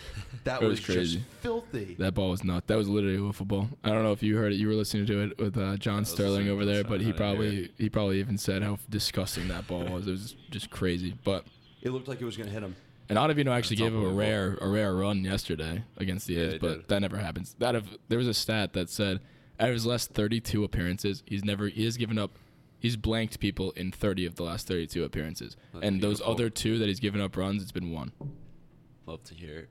[SPEAKER 7] That
[SPEAKER 5] It
[SPEAKER 7] was,
[SPEAKER 5] was crazy.
[SPEAKER 7] just filthy.
[SPEAKER 5] That ball was nuts. That was literally a wiffle ball. I don't know if you heard it. You were listening to it with uh, John Sterling
[SPEAKER 6] listening
[SPEAKER 5] over
[SPEAKER 6] to it,
[SPEAKER 5] there,
[SPEAKER 6] so
[SPEAKER 5] but
[SPEAKER 6] I
[SPEAKER 5] he
[SPEAKER 6] didn't hear
[SPEAKER 5] probably he probably even said how disgusting that ball was. It was just crazy. But
[SPEAKER 7] It looked like it was going to hit him.
[SPEAKER 5] and Ottavino actually
[SPEAKER 6] That's
[SPEAKER 5] gave him a
[SPEAKER 6] unbelievable.
[SPEAKER 5] rare a rare run yesterday against the A's,
[SPEAKER 6] he
[SPEAKER 5] but
[SPEAKER 6] did.
[SPEAKER 5] that never happens. That of there was a stat that said out of his last 32 appearances, he's never he has given up. He's blanked people in 30 of the last 32 appearances, and those
[SPEAKER 6] beautiful.
[SPEAKER 5] other two that he's given up runs, it's been one.
[SPEAKER 6] Love to hear it.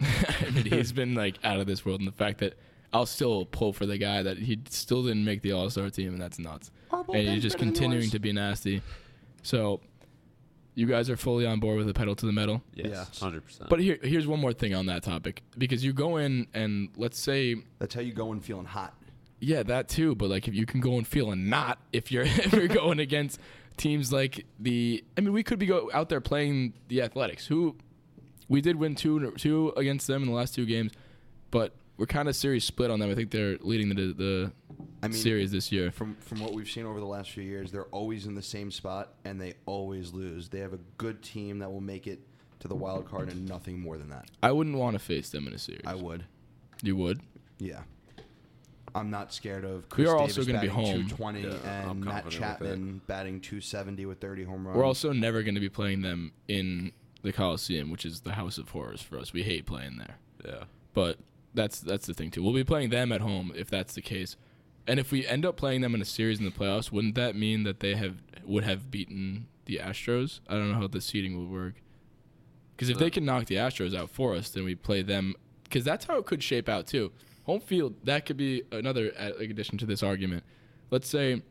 [SPEAKER 5] I mean, he's been like out of this world, and the fact that I'll still pull for the guy that he still didn't make the All Star team, and that's nuts. and he's just continuing to be nasty. So, you guys are fully on board with the pedal to the metal.
[SPEAKER 6] Yes,
[SPEAKER 7] Yes.
[SPEAKER 6] hundred percent.
[SPEAKER 5] But here, here's one more thing on that topic because you go in and let's say,
[SPEAKER 7] That's how you go in feeling hot.
[SPEAKER 5] yeah, that too. But like, if you can go and feel and not if you're [laughs] if you're going against teams like the, I mean, we could be go out there playing the Athletics, who we did win two two against them in the last two games, but we're kind of series split on them. I think they're leading the the
[SPEAKER 7] I mean,
[SPEAKER 5] series this year.
[SPEAKER 7] From from what we've seen over the last few years, they're always in the same spot and they always lose. They have a good team that will make it to the wild card and nothing more than that.
[SPEAKER 5] I wouldn't want to face them in a series.
[SPEAKER 7] I would.
[SPEAKER 5] you would.
[SPEAKER 7] Yeah. I'm not scared of Chris
[SPEAKER 5] are
[SPEAKER 7] Davis
[SPEAKER 5] also gonna be
[SPEAKER 7] batting
[SPEAKER 5] home.
[SPEAKER 7] 220
[SPEAKER 6] Yeah, I'm
[SPEAKER 7] and Matt
[SPEAKER 6] confident with that.
[SPEAKER 7] Chapman batting 270 with 30 home runs.
[SPEAKER 5] We're also never going to be playing them in the Coliseum, which is the house of horrors for us. We hate playing there.
[SPEAKER 6] yeah,
[SPEAKER 5] But that's that's the thing too. We'll be playing them at home if that's the case. And if we end up playing them in a series in the playoffs, wouldn't that mean that they have would have beaten the Astros? I don't know how the seeding would work. Because if they can knock the Astros out for us, then we play them. Because that's how it could shape out too. Home field that could be another uh, like addition to this argument. Let's say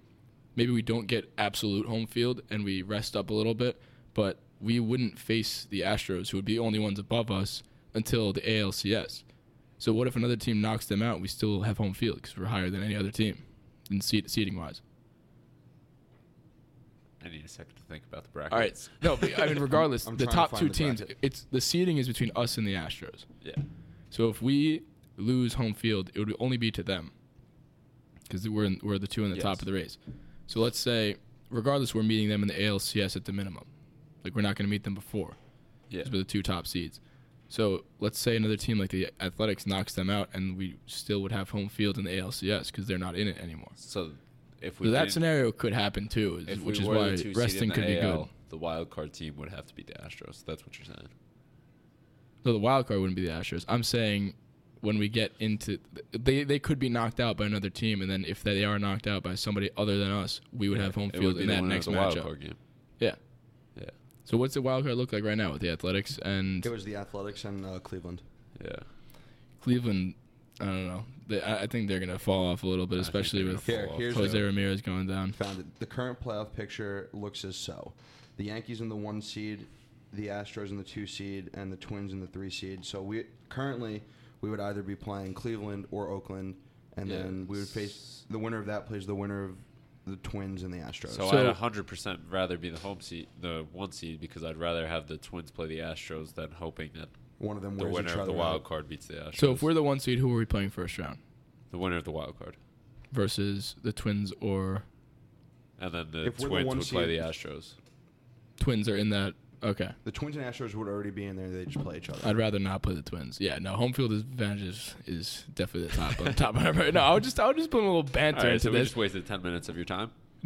[SPEAKER 5] maybe we don't get absolute home field and we rest up a little bit, but we wouldn't face the Astros, who would be the only ones above us until the ALCS. So what if another team knocks them out? We still have home field because we're higher than any other team in seat, seating wise.
[SPEAKER 6] I need a second to think about the brackets.
[SPEAKER 5] All right. No, but, I mean,
[SPEAKER 7] [laughs]
[SPEAKER 5] regardless,
[SPEAKER 7] I'm
[SPEAKER 5] the
[SPEAKER 7] trying to
[SPEAKER 5] top
[SPEAKER 7] find
[SPEAKER 5] two
[SPEAKER 7] the
[SPEAKER 5] teams,
[SPEAKER 7] bracket.
[SPEAKER 5] it's the seating is between us and the Astros.
[SPEAKER 6] Yeah.
[SPEAKER 5] So if we lose home field, it would only be to them because we're in, we're the two in the top
[SPEAKER 6] Yes.
[SPEAKER 5] of the race. So let's say, regardless, we're meeting them in the ALCS at the minimum. Like we're not going to meet them before.
[SPEAKER 6] Yeah.
[SPEAKER 5] 'cause We're the two top seeds. So let's say another team like the Athletics knocks them out, and we still would have home field in the ALCS because they're not in it anymore.
[SPEAKER 6] So if we
[SPEAKER 5] So that
[SPEAKER 6] didn't-
[SPEAKER 5] scenario could happen too, is-
[SPEAKER 6] if
[SPEAKER 5] which
[SPEAKER 6] we
[SPEAKER 5] is
[SPEAKER 6] were the
[SPEAKER 5] why
[SPEAKER 6] two seed in
[SPEAKER 5] resting
[SPEAKER 6] the
[SPEAKER 5] could be good.
[SPEAKER 6] AL, The wild card team would have to be the Astros. That's what you're saying.
[SPEAKER 5] No, the wild card wouldn't be the Astros. I'm saying when we get into they they could be knocked out by another team, and then if they are knocked out by somebody other than us, we would have home
[SPEAKER 6] It
[SPEAKER 5] field
[SPEAKER 6] would be
[SPEAKER 5] in
[SPEAKER 6] the
[SPEAKER 5] that
[SPEAKER 6] winner of
[SPEAKER 5] next
[SPEAKER 6] the wild
[SPEAKER 5] matchup.
[SPEAKER 6] card game.
[SPEAKER 5] Yeah.
[SPEAKER 6] Yeah,
[SPEAKER 5] So what's the wild card look like right now with the Athletics and
[SPEAKER 7] It was the Athletics and uh, Cleveland.
[SPEAKER 6] yeah.
[SPEAKER 5] Cleveland? I don't know. They, I, I think they're gonna fall off a little bit,
[SPEAKER 6] think
[SPEAKER 5] especially
[SPEAKER 6] they're
[SPEAKER 5] with
[SPEAKER 6] gonna
[SPEAKER 7] fall off. Here- here's
[SPEAKER 5] Jose
[SPEAKER 7] the-
[SPEAKER 5] Ramirez going down.
[SPEAKER 7] Found it. The current playoff picture looks as so: the Yankees in the one seed, the Astros in the two seed, and the Twins in the three seed. So we currently we would either be playing Cleveland or Oakland, and then we would face the winner of that plays the winner of the Twins and the Astros.
[SPEAKER 6] So,
[SPEAKER 5] So-
[SPEAKER 6] I'd 100 percent rather be the home seed, the one seed, because I'd rather have the Twins play the Astros than hoping that
[SPEAKER 7] one of them
[SPEAKER 6] the
[SPEAKER 7] wears
[SPEAKER 6] winner
[SPEAKER 7] each
[SPEAKER 6] of
[SPEAKER 7] other
[SPEAKER 6] the wild
[SPEAKER 7] out.
[SPEAKER 6] card beats the Astros.
[SPEAKER 5] So if we're the one seed, who are we playing first round
[SPEAKER 6] the winner of the wild card,
[SPEAKER 5] versus the Twins or
[SPEAKER 6] and then the
[SPEAKER 7] If we're the
[SPEAKER 6] Twins
[SPEAKER 7] one
[SPEAKER 6] would play the
[SPEAKER 7] seed-
[SPEAKER 6] Astros.
[SPEAKER 5] Twins are in that? Okay.
[SPEAKER 7] The Twins and Astros would already be in there. They just play each other.
[SPEAKER 5] I'd rather not play the Twins. Yeah, no, home field advantage is, is definitely the top on top. [laughs] Of no, I would just I would just put a little banter
[SPEAKER 6] All right,
[SPEAKER 5] into
[SPEAKER 6] so we
[SPEAKER 5] this.
[SPEAKER 6] just wasted 10 minutes of your time.
[SPEAKER 5] [laughs]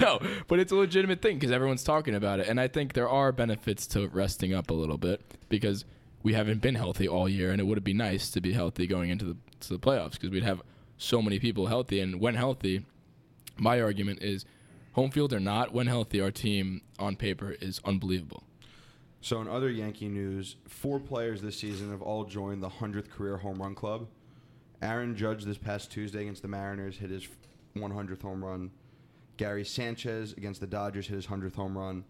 [SPEAKER 5] no, but it's a legitimate thing because everyone's talking about it, and I think there are benefits to resting up a little bit because we haven't been healthy all year, and it would be nice to be healthy going into the to the playoffs because we'd have so many people healthy. And when healthy, my argument is, home field or not, when healthy, our team on paper is unbelievable.
[SPEAKER 7] So, in other Yankee news, four players this season have all joined the 100th career home run club. Aaron Judge this past Tuesday against the Mariners hit his 100th home run. Gary Sanchez against the Dodgers hit his 100th home run.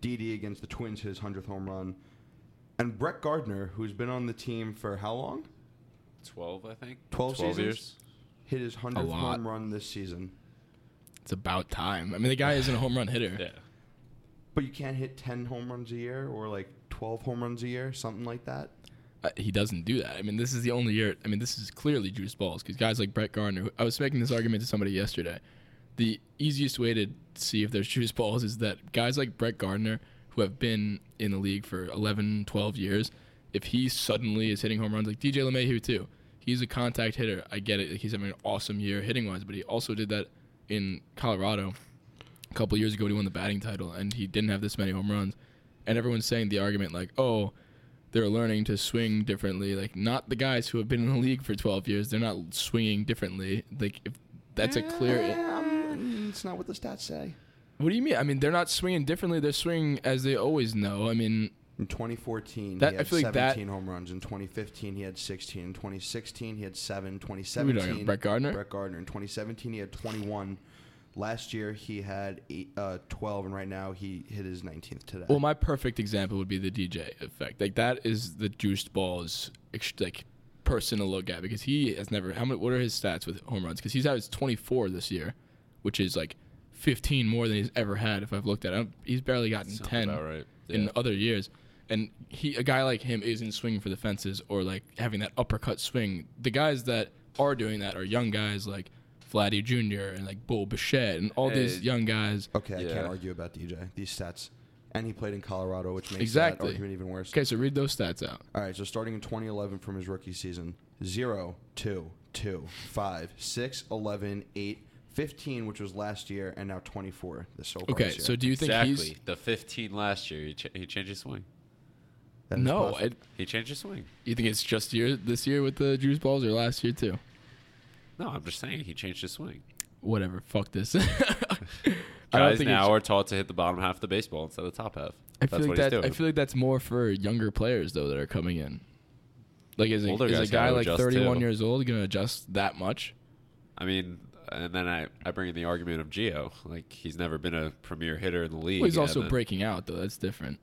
[SPEAKER 7] Didi against the Twins hit his 100th home run. And Brett Gardner, who's been on the team for how long?
[SPEAKER 6] 12, I think.
[SPEAKER 7] 12, seasons?
[SPEAKER 6] years.
[SPEAKER 7] Hit his 100th
[SPEAKER 5] lot.
[SPEAKER 7] home run this season.
[SPEAKER 5] It's about time. I mean, the guy isn't a home run hitter.
[SPEAKER 6] [laughs] Yeah.
[SPEAKER 7] But you can't hit 10 home runs a year or like 12 home runs a year, something like that.
[SPEAKER 5] uh, he doesn't do that. I mean, this is the only year. I mean, this is clearly juice balls because guys like Brett Gardner. who- I was making this argument to somebody yesterday. The easiest way to see if there's [laughs] juice balls is that guys like Brett Gardner, who have been in the league for 11, 12 years, if he suddenly is hitting home runs like DJ LeMahieu too, he's a contact hitter. I get it. Like he's having an awesome year hitting wise, but he also did that in Colorado a couple years ago. when He won the batting title and he didn't have this many home runs. And everyone's saying the argument like, oh, they're learning to swing differently. Like not the guys who have been in the league for 12 years. They're not swinging differently. Like if that's a clear.
[SPEAKER 7] Mm. It's not what the stats say.
[SPEAKER 5] What do you mean? I mean they're not swinging differently. They're swinging as they always know. I mean
[SPEAKER 7] In 2014,
[SPEAKER 5] That-
[SPEAKER 7] he
[SPEAKER 5] I
[SPEAKER 7] had
[SPEAKER 5] feel like that-
[SPEAKER 7] 17 home runs. In 2015, he had 16. In 2016, he had 7.
[SPEAKER 5] talking
[SPEAKER 7] 2017,
[SPEAKER 5] about, Brett Gardner?
[SPEAKER 7] Brett Gardner. In 2017, he had 21. Last year, he had eight, uh, 12, and right now he hit his 19th today.
[SPEAKER 5] well my perfect example would be the DJ effect. Like that is the juiced balls ex- like person to look at because he has never how many what are his stats with home runs because he's had his 24 this year, which is like 15 more than he's ever had if I've looked at it. I don't- He's barely gotten
[SPEAKER 6] Sounds
[SPEAKER 5] 10
[SPEAKER 6] about right.
[SPEAKER 5] in
[SPEAKER 6] Yeah.
[SPEAKER 5] other years. And he, a guy like him, isn't swinging for the fences or like having that uppercut swing. The guys that are doing that are young guys like Vladdy Jr. and like Bull Bichette and all these
[SPEAKER 6] Hey.
[SPEAKER 5] young guys.
[SPEAKER 7] okay, I
[SPEAKER 6] Yeah.
[SPEAKER 7] can't argue about DJ. These stats. And he played in Colorado, which makes
[SPEAKER 5] Exactly.
[SPEAKER 7] that argument even worse.
[SPEAKER 5] Okay, so read those stats out.
[SPEAKER 7] All right, so starting in 2011 from his rookie season 0, 2, 2, 5, 6, 11, 8, 15, which was last year, and now 24 this so far
[SPEAKER 5] Okay,
[SPEAKER 7] this year.
[SPEAKER 5] so do you think
[SPEAKER 6] Exactly.
[SPEAKER 5] he's
[SPEAKER 6] the 15 last year, he, ch- he changed his swing.
[SPEAKER 7] That is
[SPEAKER 5] no?
[SPEAKER 7] possible.
[SPEAKER 5] I,
[SPEAKER 6] He changed his swing.
[SPEAKER 5] you think it's just year this year with the juice balls or last year too?
[SPEAKER 6] No, I'm just saying he changed his swing.
[SPEAKER 5] Whatever. Fuck this. [laughs] I don't
[SPEAKER 6] Guys
[SPEAKER 5] think
[SPEAKER 6] now
[SPEAKER 5] it's,
[SPEAKER 6] are taught to hit the bottom half of the baseball instead of the top half.
[SPEAKER 5] I
[SPEAKER 6] That's
[SPEAKER 5] feel like
[SPEAKER 6] what he's
[SPEAKER 5] that.
[SPEAKER 6] doing.
[SPEAKER 5] I feel like that's more for younger players though that are coming in. Like is, a-
[SPEAKER 6] Older
[SPEAKER 5] is
[SPEAKER 6] guys
[SPEAKER 5] a guy
[SPEAKER 6] gotta
[SPEAKER 5] like
[SPEAKER 6] adjust,
[SPEAKER 5] 31
[SPEAKER 6] too.
[SPEAKER 5] years old gonna adjust that much?
[SPEAKER 6] I mean, and then I, I bring in the argument of Gio. Like, he's never been a premier hitter in the league.
[SPEAKER 5] Well, he's
[SPEAKER 6] and
[SPEAKER 5] also
[SPEAKER 6] then-
[SPEAKER 5] breaking out though. That's different.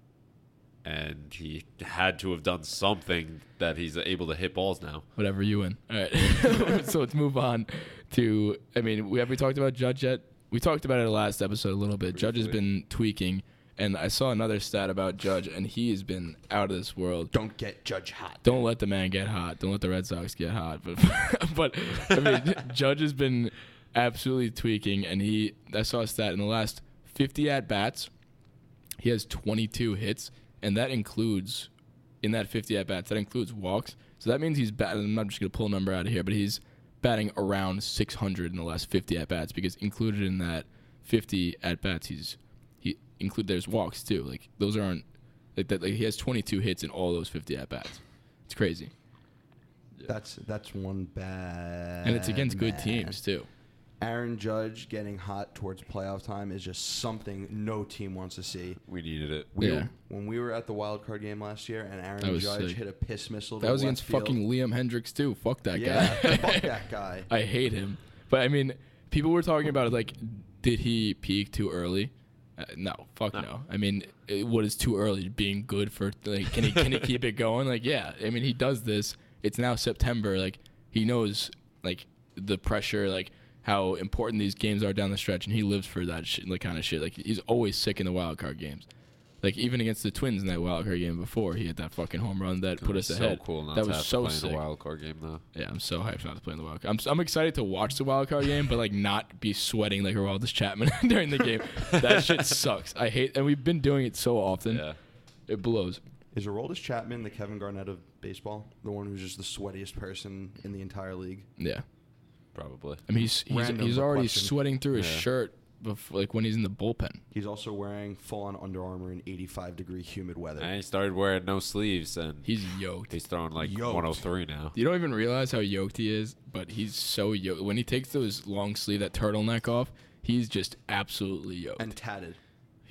[SPEAKER 6] And he had to have done something that he's able to hit balls now.
[SPEAKER 5] Whatever you win. All right. [laughs] so let's move on to. I mean, we have we talked about Judge yet? We talked about it last episode a little bit. Judge has been tweaking, and I saw another stat about Judge, and he has been out of this world.
[SPEAKER 7] don't get Judge hot.
[SPEAKER 5] Don't let the man get hot. Don't let the Red Sox get hot. [laughs] But but I [laughs] mean, Judge has been absolutely tweaking, and he I saw a stat in the last 50 at bats, he has 22 hits, and that includes in that 50 at bats that includes walks. So that means he's batting. I'm not just gonna pull a number out of here, but he's batting around 600 in the last 50 at bats because included in that 50 at bats, he's he include there's walks too. Like those aren't like that. Like he has 22 hits in all those 50 at bats. It's crazy,
[SPEAKER 7] That's that's one bad.
[SPEAKER 5] and it's against good
[SPEAKER 7] match.
[SPEAKER 5] teams too.
[SPEAKER 7] Aaron Judge getting hot towards playoff time is just something no team wants to see.
[SPEAKER 6] We needed it.
[SPEAKER 7] We,
[SPEAKER 5] Yeah.
[SPEAKER 7] When we were at the wild card game last year, and
[SPEAKER 5] That
[SPEAKER 7] Aaron
[SPEAKER 5] was
[SPEAKER 7] Judge
[SPEAKER 5] sick.
[SPEAKER 7] hit a piss missile. to
[SPEAKER 5] That was
[SPEAKER 7] left
[SPEAKER 5] against
[SPEAKER 7] field.
[SPEAKER 5] fucking Liam Hendricks too. Fuck that
[SPEAKER 7] yeah. [laughs]
[SPEAKER 5] guy.
[SPEAKER 7] fuck that guy.
[SPEAKER 5] I hate him. But I mean, people were talking about it like, did he peak too early? Uh, no, fuck no. I mean, it, what is too early? Being good for like, can he can he keep it going? Like, yeah. I mean, he does this. It's now September. Like, he knows like the pressure, like how important these games are down the stretch, and he lives for that shit, like kind of shit. Like, he's always sick in the wild card games. Like even against the Twins in that wild card game before, he hit that fucking home run that put us
[SPEAKER 6] so
[SPEAKER 5] ahead.
[SPEAKER 6] cool not
[SPEAKER 5] that
[SPEAKER 6] to
[SPEAKER 5] was
[SPEAKER 6] have
[SPEAKER 5] so
[SPEAKER 6] to play
[SPEAKER 5] sick.
[SPEAKER 6] in the wild card game, though.
[SPEAKER 5] Yeah, I'm so hyped not to play in the wild card. I'm, s- I'm excited to watch the wild card game, but like not be sweating like Aroldis Chapman [laughs] during the game. That shit sucks. I hate, and we've been doing it so often.
[SPEAKER 6] Yeah.
[SPEAKER 5] It blows.
[SPEAKER 7] Is Aroldis Chapman the Kevin Garnett of baseball? The one who's just the sweatiest person in the entire league?
[SPEAKER 5] Yeah,
[SPEAKER 6] Probably.
[SPEAKER 5] I mean he's he's,
[SPEAKER 7] Random,
[SPEAKER 5] he's
[SPEAKER 7] but
[SPEAKER 5] already
[SPEAKER 7] question.
[SPEAKER 5] sweating through his shirt before, like when he's in the bullpen.
[SPEAKER 7] He's also wearing full on Under Armour in 85 degree humid weather.
[SPEAKER 6] And he started wearing no sleeves, and
[SPEAKER 5] He's yoked.
[SPEAKER 6] he's throwing like
[SPEAKER 7] Yoked.
[SPEAKER 6] 103 now.
[SPEAKER 5] You don't even realize how yoked he is, but he's so yoked. When he takes those long sleeve, that turtleneck off, he's just absolutely yoked.
[SPEAKER 7] and tatted.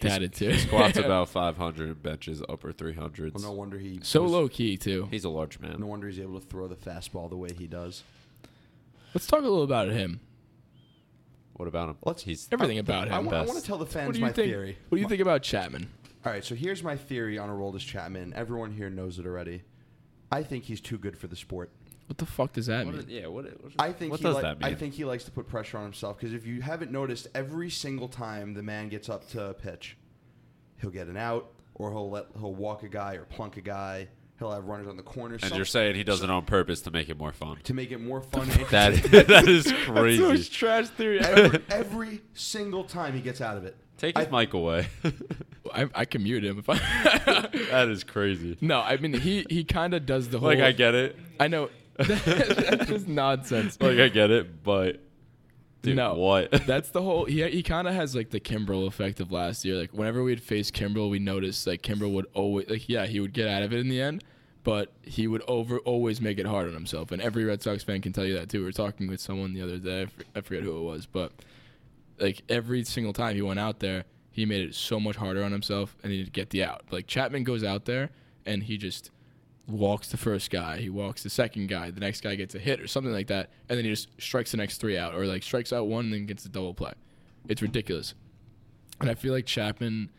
[SPEAKER 5] Tatted too.
[SPEAKER 6] Squats about 500, benches upper 300s.
[SPEAKER 7] Well, no wonder he
[SPEAKER 5] [laughs] so
[SPEAKER 7] was-
[SPEAKER 5] low key too.
[SPEAKER 6] He's a large man.
[SPEAKER 7] No wonder he's able to throw the fastball the way he does.
[SPEAKER 5] Let's talk a little about him.
[SPEAKER 6] What about him?
[SPEAKER 7] Let's-
[SPEAKER 6] he's
[SPEAKER 5] Everything about
[SPEAKER 7] I
[SPEAKER 5] him.
[SPEAKER 7] wa- I
[SPEAKER 6] best.
[SPEAKER 7] want to tell the
[SPEAKER 5] what
[SPEAKER 7] fans
[SPEAKER 5] do you
[SPEAKER 7] my
[SPEAKER 5] think?
[SPEAKER 7] theory.
[SPEAKER 5] What do you think about Chapman?
[SPEAKER 7] All right, so here's my theory on Aroldis Chapman. Everyone here knows it already. I think he's too good for the sport.
[SPEAKER 5] What the fuck does that
[SPEAKER 6] What
[SPEAKER 5] mean?
[SPEAKER 6] is- yeah, what, what,
[SPEAKER 7] I think
[SPEAKER 6] what
[SPEAKER 7] he
[SPEAKER 6] does
[SPEAKER 7] li-
[SPEAKER 6] that mean?
[SPEAKER 7] I think he likes to put pressure on himself because if you haven't noticed, every single time the man gets up to pitch, he'll get an out or he'll let he'll walk a guy or plunk a guy. He'll have runners on the corner.
[SPEAKER 6] and
[SPEAKER 7] some-
[SPEAKER 6] you're saying he does it on purpose to make it more
[SPEAKER 7] [laughs]
[SPEAKER 6] fun.
[SPEAKER 7] to make it more fun. and
[SPEAKER 6] [laughs] That,
[SPEAKER 7] interesting.
[SPEAKER 6] that is crazy.
[SPEAKER 7] [laughs]
[SPEAKER 5] trash theory.
[SPEAKER 7] every,
[SPEAKER 6] [laughs]
[SPEAKER 7] every single time he gets out of it.
[SPEAKER 6] Take his mic
[SPEAKER 7] [laughs]
[SPEAKER 6] away.
[SPEAKER 5] I, I can mute him if I. [laughs]
[SPEAKER 6] that is crazy.
[SPEAKER 5] no, I mean he he kind of does the whole.
[SPEAKER 6] Like I get it.
[SPEAKER 5] I know. [laughs] that's just nonsense.
[SPEAKER 6] Like I get it, but dude,
[SPEAKER 5] no,
[SPEAKER 6] what? [laughs]
[SPEAKER 5] that's the whole. He he kind of has like the Kimbrel effect of last year. Like whenever we'd face Kimbrel, we noticed like Kimbrel would always like yeah he would get out of it in the end, but he would over always make it hard on himself. And every Red Sox fan can tell you that too. We were talking with someone the other day. I for- I forget who it was, but like every single time he went out there, he made it so much harder on himself, and he'd get the out. Like Chapman goes out there and he just walks the first guy, he walks the second guy, the next guy gets a hit or something like that, and then he just strikes the next three out, or like strikes out one and then gets a double play. It's ridiculous. And I feel like Chapman,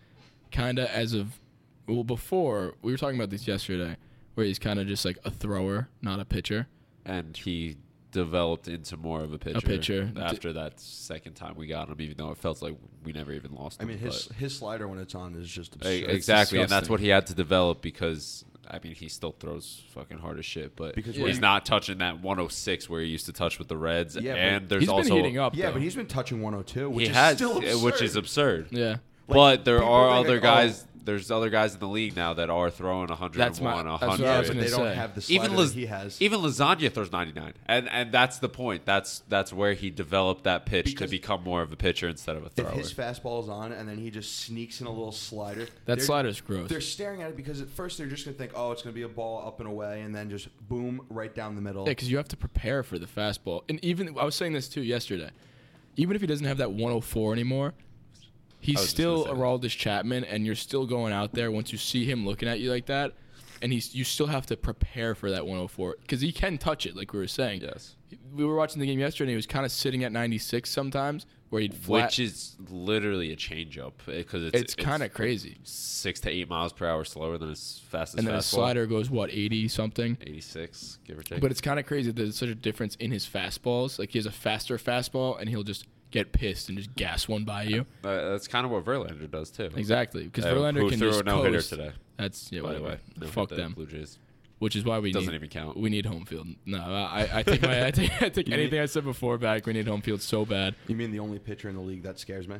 [SPEAKER 5] kind of as of, well, before, we were talking about this yesterday, where he's kind of just like a thrower, not a pitcher.
[SPEAKER 6] and he developed into more of a pitcher.
[SPEAKER 5] pitcher.
[SPEAKER 6] after that second time we got him, even though it felt like we never even lost.
[SPEAKER 7] I mean,
[SPEAKER 6] him,
[SPEAKER 7] his
[SPEAKER 6] but-
[SPEAKER 7] his slider when it's on is just
[SPEAKER 6] Hey,
[SPEAKER 7] absurd.
[SPEAKER 6] exactly, and that's
[SPEAKER 5] disgusting.
[SPEAKER 6] what he had to develop because I mean he still throws fucking hard as shit, but
[SPEAKER 7] Because
[SPEAKER 6] he's
[SPEAKER 7] when-
[SPEAKER 6] not touching that 106 where he used to touch with the Reds,
[SPEAKER 7] Yeah, but
[SPEAKER 6] and there's
[SPEAKER 5] He's
[SPEAKER 6] also
[SPEAKER 5] been heating up.
[SPEAKER 7] yeah,
[SPEAKER 5] though.
[SPEAKER 7] but he's been touching 102, which
[SPEAKER 6] he
[SPEAKER 7] is
[SPEAKER 6] has, eh,
[SPEAKER 7] still absurd.
[SPEAKER 6] which is absurd.
[SPEAKER 5] Yeah.
[SPEAKER 6] but there
[SPEAKER 7] people
[SPEAKER 6] are
[SPEAKER 7] think,
[SPEAKER 6] other
[SPEAKER 7] like, oh.
[SPEAKER 6] guys. There's other guys in the league now that are throwing 101,
[SPEAKER 5] That's my- that's what I was
[SPEAKER 6] 100.
[SPEAKER 7] Yeah, but
[SPEAKER 5] gonna
[SPEAKER 7] they don't
[SPEAKER 5] say.
[SPEAKER 7] have the slider
[SPEAKER 6] even
[SPEAKER 7] that
[SPEAKER 6] Laz-
[SPEAKER 7] he has.
[SPEAKER 6] even lasagna throws 99 and and that's the point that's that's where he developed that pitch
[SPEAKER 7] Because-
[SPEAKER 6] to become more of a pitcher instead of a
[SPEAKER 7] if
[SPEAKER 6] thrower
[SPEAKER 7] his fastball's on and then he just sneaks in a little slider,
[SPEAKER 5] That
[SPEAKER 7] they're-
[SPEAKER 5] slider's gross.
[SPEAKER 7] They're staring at it because at first they're just gonna think, oh, it's gonna be a ball up and away, and then just boom right down the middle.
[SPEAKER 5] Yeah, because you have to prepare for the fastball. And even I was saying this too yesterday. Even if he doesn't have that 104 anymore, he's
[SPEAKER 6] I was just
[SPEAKER 5] still
[SPEAKER 6] gonna say that.
[SPEAKER 5] Araldis Chapman, and you're still going out there once you see him looking at you like that, and he's you still have to prepare for that 104 because he can touch it, like we were saying.
[SPEAKER 6] Yes.
[SPEAKER 5] We were watching the game yesterday, and he was kind of sitting at 96 sometimes, where he'd flat.
[SPEAKER 6] which is literally a changeup because it's
[SPEAKER 5] it's kind of crazy.
[SPEAKER 6] six to eight miles per hour slower than his fastest
[SPEAKER 5] And then
[SPEAKER 6] fastball.
[SPEAKER 5] his slider goes what 80 something.
[SPEAKER 6] 86 give or take
[SPEAKER 5] But it's kind of crazy that there's such a difference in his fastballs. Like he has a faster fastball, and he'll just get pissed and just gas one by you.
[SPEAKER 6] Uh, that's kind of what Verlander does too
[SPEAKER 5] Exactly, because
[SPEAKER 6] Uh,
[SPEAKER 5] Verlander
[SPEAKER 6] who
[SPEAKER 5] can
[SPEAKER 6] threw
[SPEAKER 5] just
[SPEAKER 6] a no hitter
[SPEAKER 5] coast.
[SPEAKER 6] today
[SPEAKER 5] That's yeah.
[SPEAKER 6] by the
[SPEAKER 5] whatever.
[SPEAKER 6] way No hit
[SPEAKER 5] Fuck
[SPEAKER 6] the
[SPEAKER 5] them.
[SPEAKER 6] Blue Jays
[SPEAKER 5] Which is why we
[SPEAKER 6] Doesn't
[SPEAKER 5] need,
[SPEAKER 6] even count.
[SPEAKER 5] We need home field. No, I, I- I take my, I take,
[SPEAKER 6] [laughs]
[SPEAKER 5] I take anything I said before back. We need home field so bad.
[SPEAKER 7] you mean the only pitcher in the league that scares me?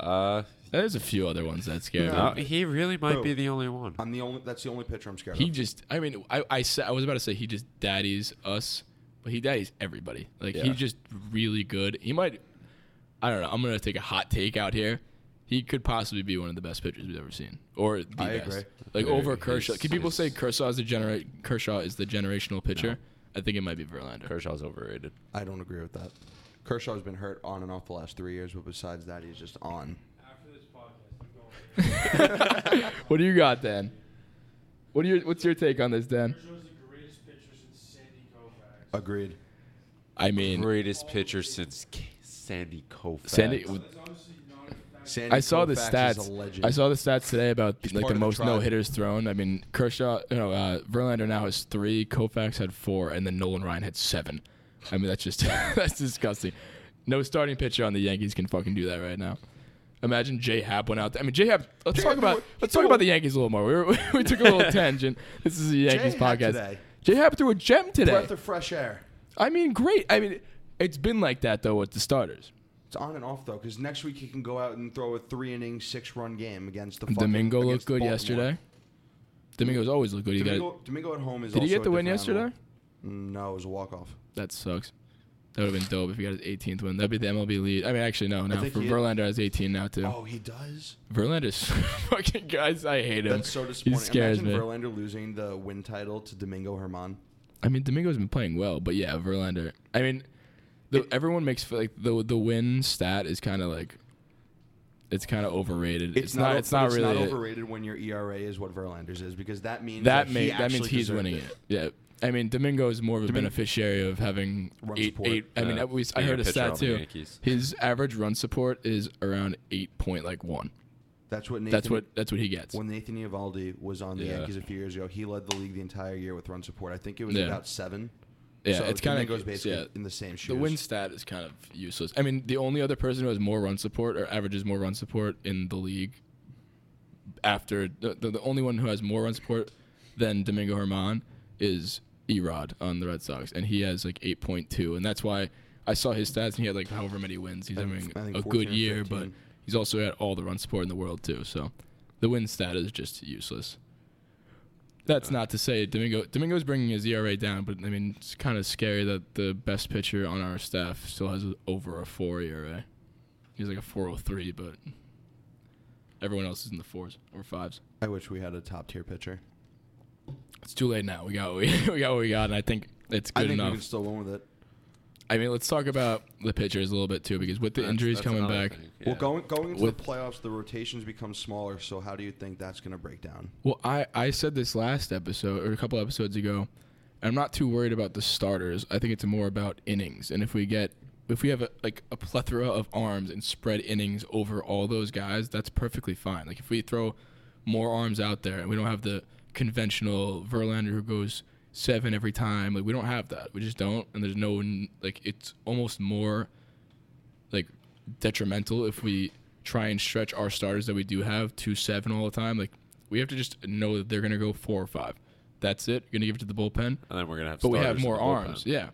[SPEAKER 6] uh
[SPEAKER 5] There's a few other ones that scare
[SPEAKER 6] no,
[SPEAKER 5] me.
[SPEAKER 6] he really might
[SPEAKER 7] Who?
[SPEAKER 6] be the only one
[SPEAKER 7] I'm the only. That's the only pitcher I'm scared
[SPEAKER 5] He
[SPEAKER 7] of.
[SPEAKER 5] just, I mean, I, I, sa- I was about to say he just daddies us, but he daddies everybody. Like
[SPEAKER 6] Yeah.
[SPEAKER 5] he's just really good. He might, I don't know. I'm gonna take a hot take out here. He could possibly be one of the best pitchers we've ever seen, or the
[SPEAKER 7] I
[SPEAKER 5] best.
[SPEAKER 7] agree.
[SPEAKER 5] Like
[SPEAKER 6] Very-
[SPEAKER 5] over Kershaw.
[SPEAKER 6] he's-
[SPEAKER 5] Can people
[SPEAKER 6] he's-
[SPEAKER 5] say Kershaw is the genera- Kershaw is the generational pitcher? I think it might be Verlander.
[SPEAKER 6] Kershaw's overrated
[SPEAKER 7] I don't agree with that. Kershaw's been hurt on and off the last three years, but besides that, he's just on.
[SPEAKER 5] What do you got, Dan? What are your What's your take on this, Dan?
[SPEAKER 7] Agreed.
[SPEAKER 5] I mean,
[SPEAKER 6] greatest pitcher since K- Sandy Koufax
[SPEAKER 5] Sandy.
[SPEAKER 7] Sandy
[SPEAKER 5] I saw the
[SPEAKER 7] Koufax Is a
[SPEAKER 5] stats.
[SPEAKER 7] legend.
[SPEAKER 5] I saw the stats today about like
[SPEAKER 7] part
[SPEAKER 5] the
[SPEAKER 7] of the
[SPEAKER 5] most
[SPEAKER 7] tribe.
[SPEAKER 5] no hitters thrown. I mean, Kershaw, you know, uh, Verlander now has three. Koufax had four, and then Nolan Ryan had seven. I mean, that's just [laughs] that's disgusting. No starting pitcher on the Yankees can fucking do that right now. Imagine J Happ went out. There. I mean, J Happ. Let's talk about let's talk about the Yankees a little more. We, were, [laughs] we took a
[SPEAKER 7] [laughs]
[SPEAKER 5] little tangent. This is a Yankees
[SPEAKER 7] Happ
[SPEAKER 5] podcast.
[SPEAKER 7] today.
[SPEAKER 5] J Happ threw a gem today.
[SPEAKER 7] breath of fresh air.
[SPEAKER 5] I mean, great. I mean, it's been like that though with the starters.
[SPEAKER 7] It's on and off though, because next week he can go out and throw a three inning, six run game against the. fucking-
[SPEAKER 5] Domingo
[SPEAKER 7] against
[SPEAKER 5] looked good
[SPEAKER 7] Baltimore.
[SPEAKER 5] yesterday. Domingo's always looked good. He got,
[SPEAKER 7] Domingo, Domingo at home is.
[SPEAKER 5] did he
[SPEAKER 7] also
[SPEAKER 5] get the
[SPEAKER 7] a Mm,
[SPEAKER 5] win
[SPEAKER 7] different
[SPEAKER 5] yesterday?
[SPEAKER 7] animal. No, it was a walk off.
[SPEAKER 5] That sucks. That would have been dope if he got his 18th win. That'd be the MLB lead. I mean, actually, no. Now
[SPEAKER 7] think
[SPEAKER 5] for
[SPEAKER 7] he-
[SPEAKER 5] Verlander, has 18 now too.
[SPEAKER 7] Oh, he does.
[SPEAKER 5] Verlander's [laughs] fucking guys. I hate him.
[SPEAKER 7] That's so disappointing.
[SPEAKER 5] He scares
[SPEAKER 7] Imagine
[SPEAKER 5] me.
[SPEAKER 7] Verlander losing the win title to Domingo Herman.
[SPEAKER 5] I mean, Domingo's been playing well, but yeah, Verlander. I mean, the, everyone makes like the the win stat is kind of like it's kind of overrated. It's,
[SPEAKER 7] o-
[SPEAKER 5] not, It's not
[SPEAKER 7] it's
[SPEAKER 5] really.
[SPEAKER 7] not overrated when your ERA is what Verlander's is because that means
[SPEAKER 5] that
[SPEAKER 7] he
[SPEAKER 5] may, that means
[SPEAKER 7] actually
[SPEAKER 5] he's
[SPEAKER 7] deserved
[SPEAKER 5] winning it. Yeah. I mean, Domingo is more of a beneficiary of having
[SPEAKER 7] Run
[SPEAKER 5] eight,
[SPEAKER 7] support.
[SPEAKER 5] eight. I mean,
[SPEAKER 6] Yeah.
[SPEAKER 5] at least I
[SPEAKER 6] Being a
[SPEAKER 5] heard a
[SPEAKER 6] pitcher
[SPEAKER 5] stat
[SPEAKER 6] on the
[SPEAKER 5] too.
[SPEAKER 6] Yankees.
[SPEAKER 5] His average run support is around eight point like one.
[SPEAKER 7] That's what Nathan,
[SPEAKER 5] That's what that's what he gets.
[SPEAKER 7] when Nathan Ivaldi was on the
[SPEAKER 6] Yeah.
[SPEAKER 7] Yankees a few years ago, he led the league the entire year with run support. I think it was
[SPEAKER 5] Yeah.
[SPEAKER 7] about seven.
[SPEAKER 5] Yeah,
[SPEAKER 7] so
[SPEAKER 5] it's kind of
[SPEAKER 7] Domingo's basically in the same shoes.
[SPEAKER 5] The win stat is kind of useless. I mean, the only other person who has more run support or averages more run support in the league after the, the, the only one who has more run support than Domingo Herman is Erod on the Red Sox, and he has like 8.2, and that's why I saw his stats and he had like however many wins. He's having
[SPEAKER 7] I think 14
[SPEAKER 5] a good
[SPEAKER 7] or
[SPEAKER 5] year,
[SPEAKER 7] 15.
[SPEAKER 5] but he's also got all the run support in the world too. So the win stat is just useless.
[SPEAKER 7] Uh.
[SPEAKER 5] That's not to say Domingo Domingo's bringing his ERA down, but I mean it's kind of scary that the best pitcher on our staff still has over a four ERA. He's like a 403, but everyone else is in the fours or fives.
[SPEAKER 7] I wish we had a top tier pitcher.
[SPEAKER 5] It's too late now. We got what we, [laughs] we got what we got, and I think it's
[SPEAKER 7] I
[SPEAKER 5] good
[SPEAKER 7] think we
[SPEAKER 5] enough.
[SPEAKER 7] can still win with it.
[SPEAKER 5] I mean, let's talk about the pitchers a little bit too, because with the
[SPEAKER 6] That's-
[SPEAKER 5] injuries
[SPEAKER 6] that's
[SPEAKER 5] coming
[SPEAKER 6] another
[SPEAKER 5] back,
[SPEAKER 6] thing,
[SPEAKER 7] Well,
[SPEAKER 6] yeah.
[SPEAKER 7] going going into
[SPEAKER 5] With-
[SPEAKER 7] the playoffs, the rotations become smaller. So how do you think that's going to break down?
[SPEAKER 5] Well, I, I said this last episode or a couple episodes ago. I'm not too worried about the starters. I think it's more about innings. And if we get if we have a, like a plethora of arms and spread innings over all those guys, that's perfectly fine. Like if we throw more arms out there and we don't have the conventional Verlander who goes seven every time, like we don't have that. We just don't. And there's no n- like it's almost more like detrimental if we try and stretch our starters that we do have to seven all the time. Like we have to just know that they're gonna go four or five. That's it. You're gonna give it to the bullpen.
[SPEAKER 6] And then we're gonna have.
[SPEAKER 5] But we have
[SPEAKER 6] starters in
[SPEAKER 5] more
[SPEAKER 6] the bullpen.
[SPEAKER 5] arms. Yeah.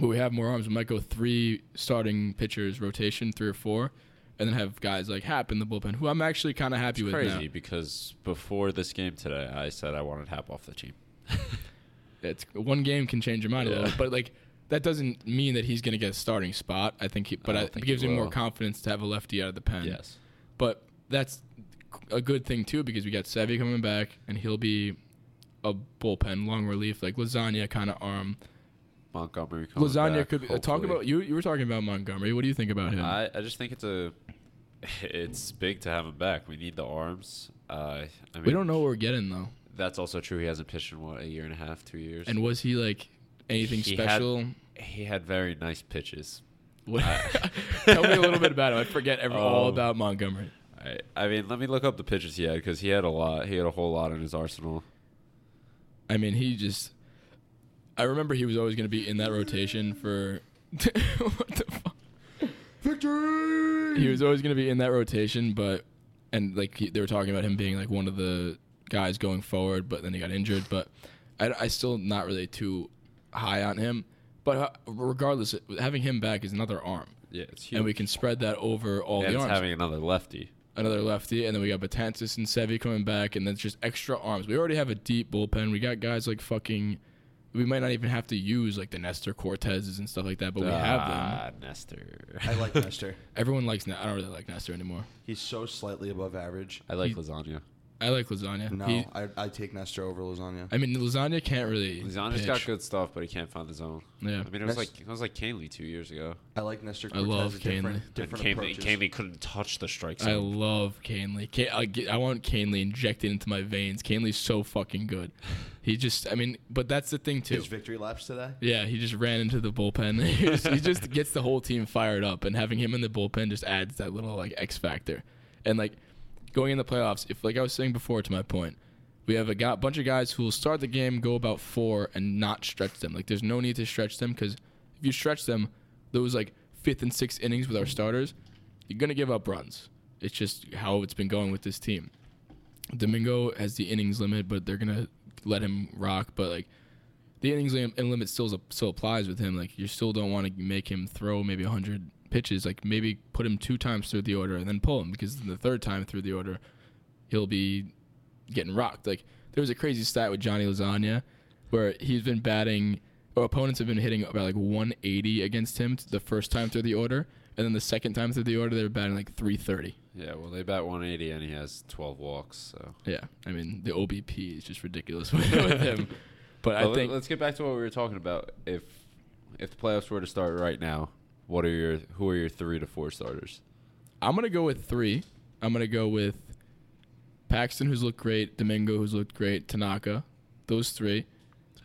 [SPEAKER 5] But we have more arms. We might go three starting pitchers rotation, three or four, and then have guys like Hap in the bullpen, who I'm actually kinda happy with
[SPEAKER 6] Crazy
[SPEAKER 5] now.
[SPEAKER 6] because before this game today, I said I wanted Hap off the team.
[SPEAKER 5] It's one game can change your mind a
[SPEAKER 6] Yeah.
[SPEAKER 5] little. But like that doesn't mean that he's gonna get a starting spot. I think he
[SPEAKER 6] I
[SPEAKER 5] but I
[SPEAKER 6] don't
[SPEAKER 5] it
[SPEAKER 6] think he
[SPEAKER 5] gives him more
[SPEAKER 6] will.
[SPEAKER 5] confidence to have a lefty out of the pen. But that's a good thing too because we got Sevy coming back and he'll be a bullpen long relief like lasagna kind of arm.
[SPEAKER 6] Montgomery. Coming
[SPEAKER 5] lasagna
[SPEAKER 6] back,
[SPEAKER 5] could be, uh, talk
[SPEAKER 6] hopefully.
[SPEAKER 5] about you. You were talking about Montgomery. What do you think about him?
[SPEAKER 6] I, I just think it's a [laughs] it's big to have him back. We need the arms. Uh, I mean,
[SPEAKER 5] we don't know what we're getting though.
[SPEAKER 6] That's also true. He hasn't pitched in what a year and a half, two years.
[SPEAKER 5] And was he like anything
[SPEAKER 6] He had-
[SPEAKER 5] special?
[SPEAKER 6] [laughs] he had very nice pitches.
[SPEAKER 5] What- [laughs] Tell me a little bit about him. I forget every, all
[SPEAKER 6] Um,
[SPEAKER 5] about Montgomery.
[SPEAKER 6] I, I mean, let me look up the pitches he had because he had a lot. He had a whole lot in his arsenal.
[SPEAKER 5] I mean, he just. I remember he was always going to be in that rotation for. [laughs] what the fuck? Victory! He was always going to be in that rotation, but. And, like, he, they were talking about him being, like, one of the guys going forward, but then he got injured. But I, I still not really too high on him. But uh, regardless, having him back is another arm.
[SPEAKER 6] Yeah, it's huge.
[SPEAKER 5] And we can spread that over all
[SPEAKER 6] and
[SPEAKER 5] the
[SPEAKER 6] it's
[SPEAKER 5] arms
[SPEAKER 6] having another lefty.
[SPEAKER 5] another lefty, and then we got Batantis and Sevi coming back, and then it's just extra arms. We already have a deep bullpen. We got guys like fucking. We might not even have to use like the Nestor Cortezes and stuff like that, but we have them.
[SPEAKER 6] Ah, Nestor.
[SPEAKER 7] I like Nestor.
[SPEAKER 5] Everyone likes. Ne- I don't really like Nestor anymore.
[SPEAKER 7] He's so slightly above average.
[SPEAKER 6] [laughs] I like lasagna.
[SPEAKER 5] I like Lasagna.
[SPEAKER 7] No,
[SPEAKER 5] He-
[SPEAKER 7] I, I take Nestor over Lasagna.
[SPEAKER 5] I mean Lasagna can't really.
[SPEAKER 6] Lasagna's
[SPEAKER 5] pitch.
[SPEAKER 6] got good stuff, but he can't find the zone.
[SPEAKER 5] Yeah.
[SPEAKER 6] I mean, it was
[SPEAKER 7] That's-
[SPEAKER 6] like it was like Canley two years ago.
[SPEAKER 7] I like Nestor.
[SPEAKER 5] I
[SPEAKER 7] Cortez.
[SPEAKER 5] love
[SPEAKER 7] different,
[SPEAKER 5] Canley.
[SPEAKER 6] And
[SPEAKER 7] different
[SPEAKER 6] Canley,
[SPEAKER 7] approaches.
[SPEAKER 6] Canley couldn't touch the strike
[SPEAKER 5] I
[SPEAKER 6] zone.
[SPEAKER 5] love Canley. Can- I, get, I want Canley injected into my veins. Canley's so fucking good. He just, I mean, but that's the thing too.
[SPEAKER 7] His victory laps today.
[SPEAKER 5] Yeah, he just ran into the bullpen. [laughs] he, just, he just gets the whole team fired up, and having him in the bullpen just adds that little like X factor. And like going in the playoffs, if like I was saying before to my point, we have a got, bunch of guys who will start the game, go about four, and not stretch them. Like there's no need to stretch them because if you stretch them, those like fifth and sixth innings with our starters, you're gonna give up runs. It's just how it's been going with this team. Domingo has the innings limit, but they're gonna let him rock. But like the innings lim- and limit still still applies with him. Like you still don't want to make him throw maybe 100 pitches. Like maybe put him two times through the order and then pull him because the third time through the order, he'll be getting rocked. Like there was a crazy stat with Johnny Lasagna where he's been batting opponents have been hitting about like 180 against him the first time through the order, and then the second time through the order they were batting like 330.
[SPEAKER 6] Yeah, well, they bat 180 and he has 12 walks. So
[SPEAKER 5] Yeah, I mean the OBP is just ridiculous [laughs] with with him. But
[SPEAKER 6] But
[SPEAKER 5] I
[SPEAKER 6] let-
[SPEAKER 5] think
[SPEAKER 6] let's get back to what we were talking about. If if the playoffs were to start right now, what are your who are your three to four starters?
[SPEAKER 5] I'm gonna go with three. I'm gonna go with Paxton, who's looked great, Domingo, who's looked great, Tanaka, those three,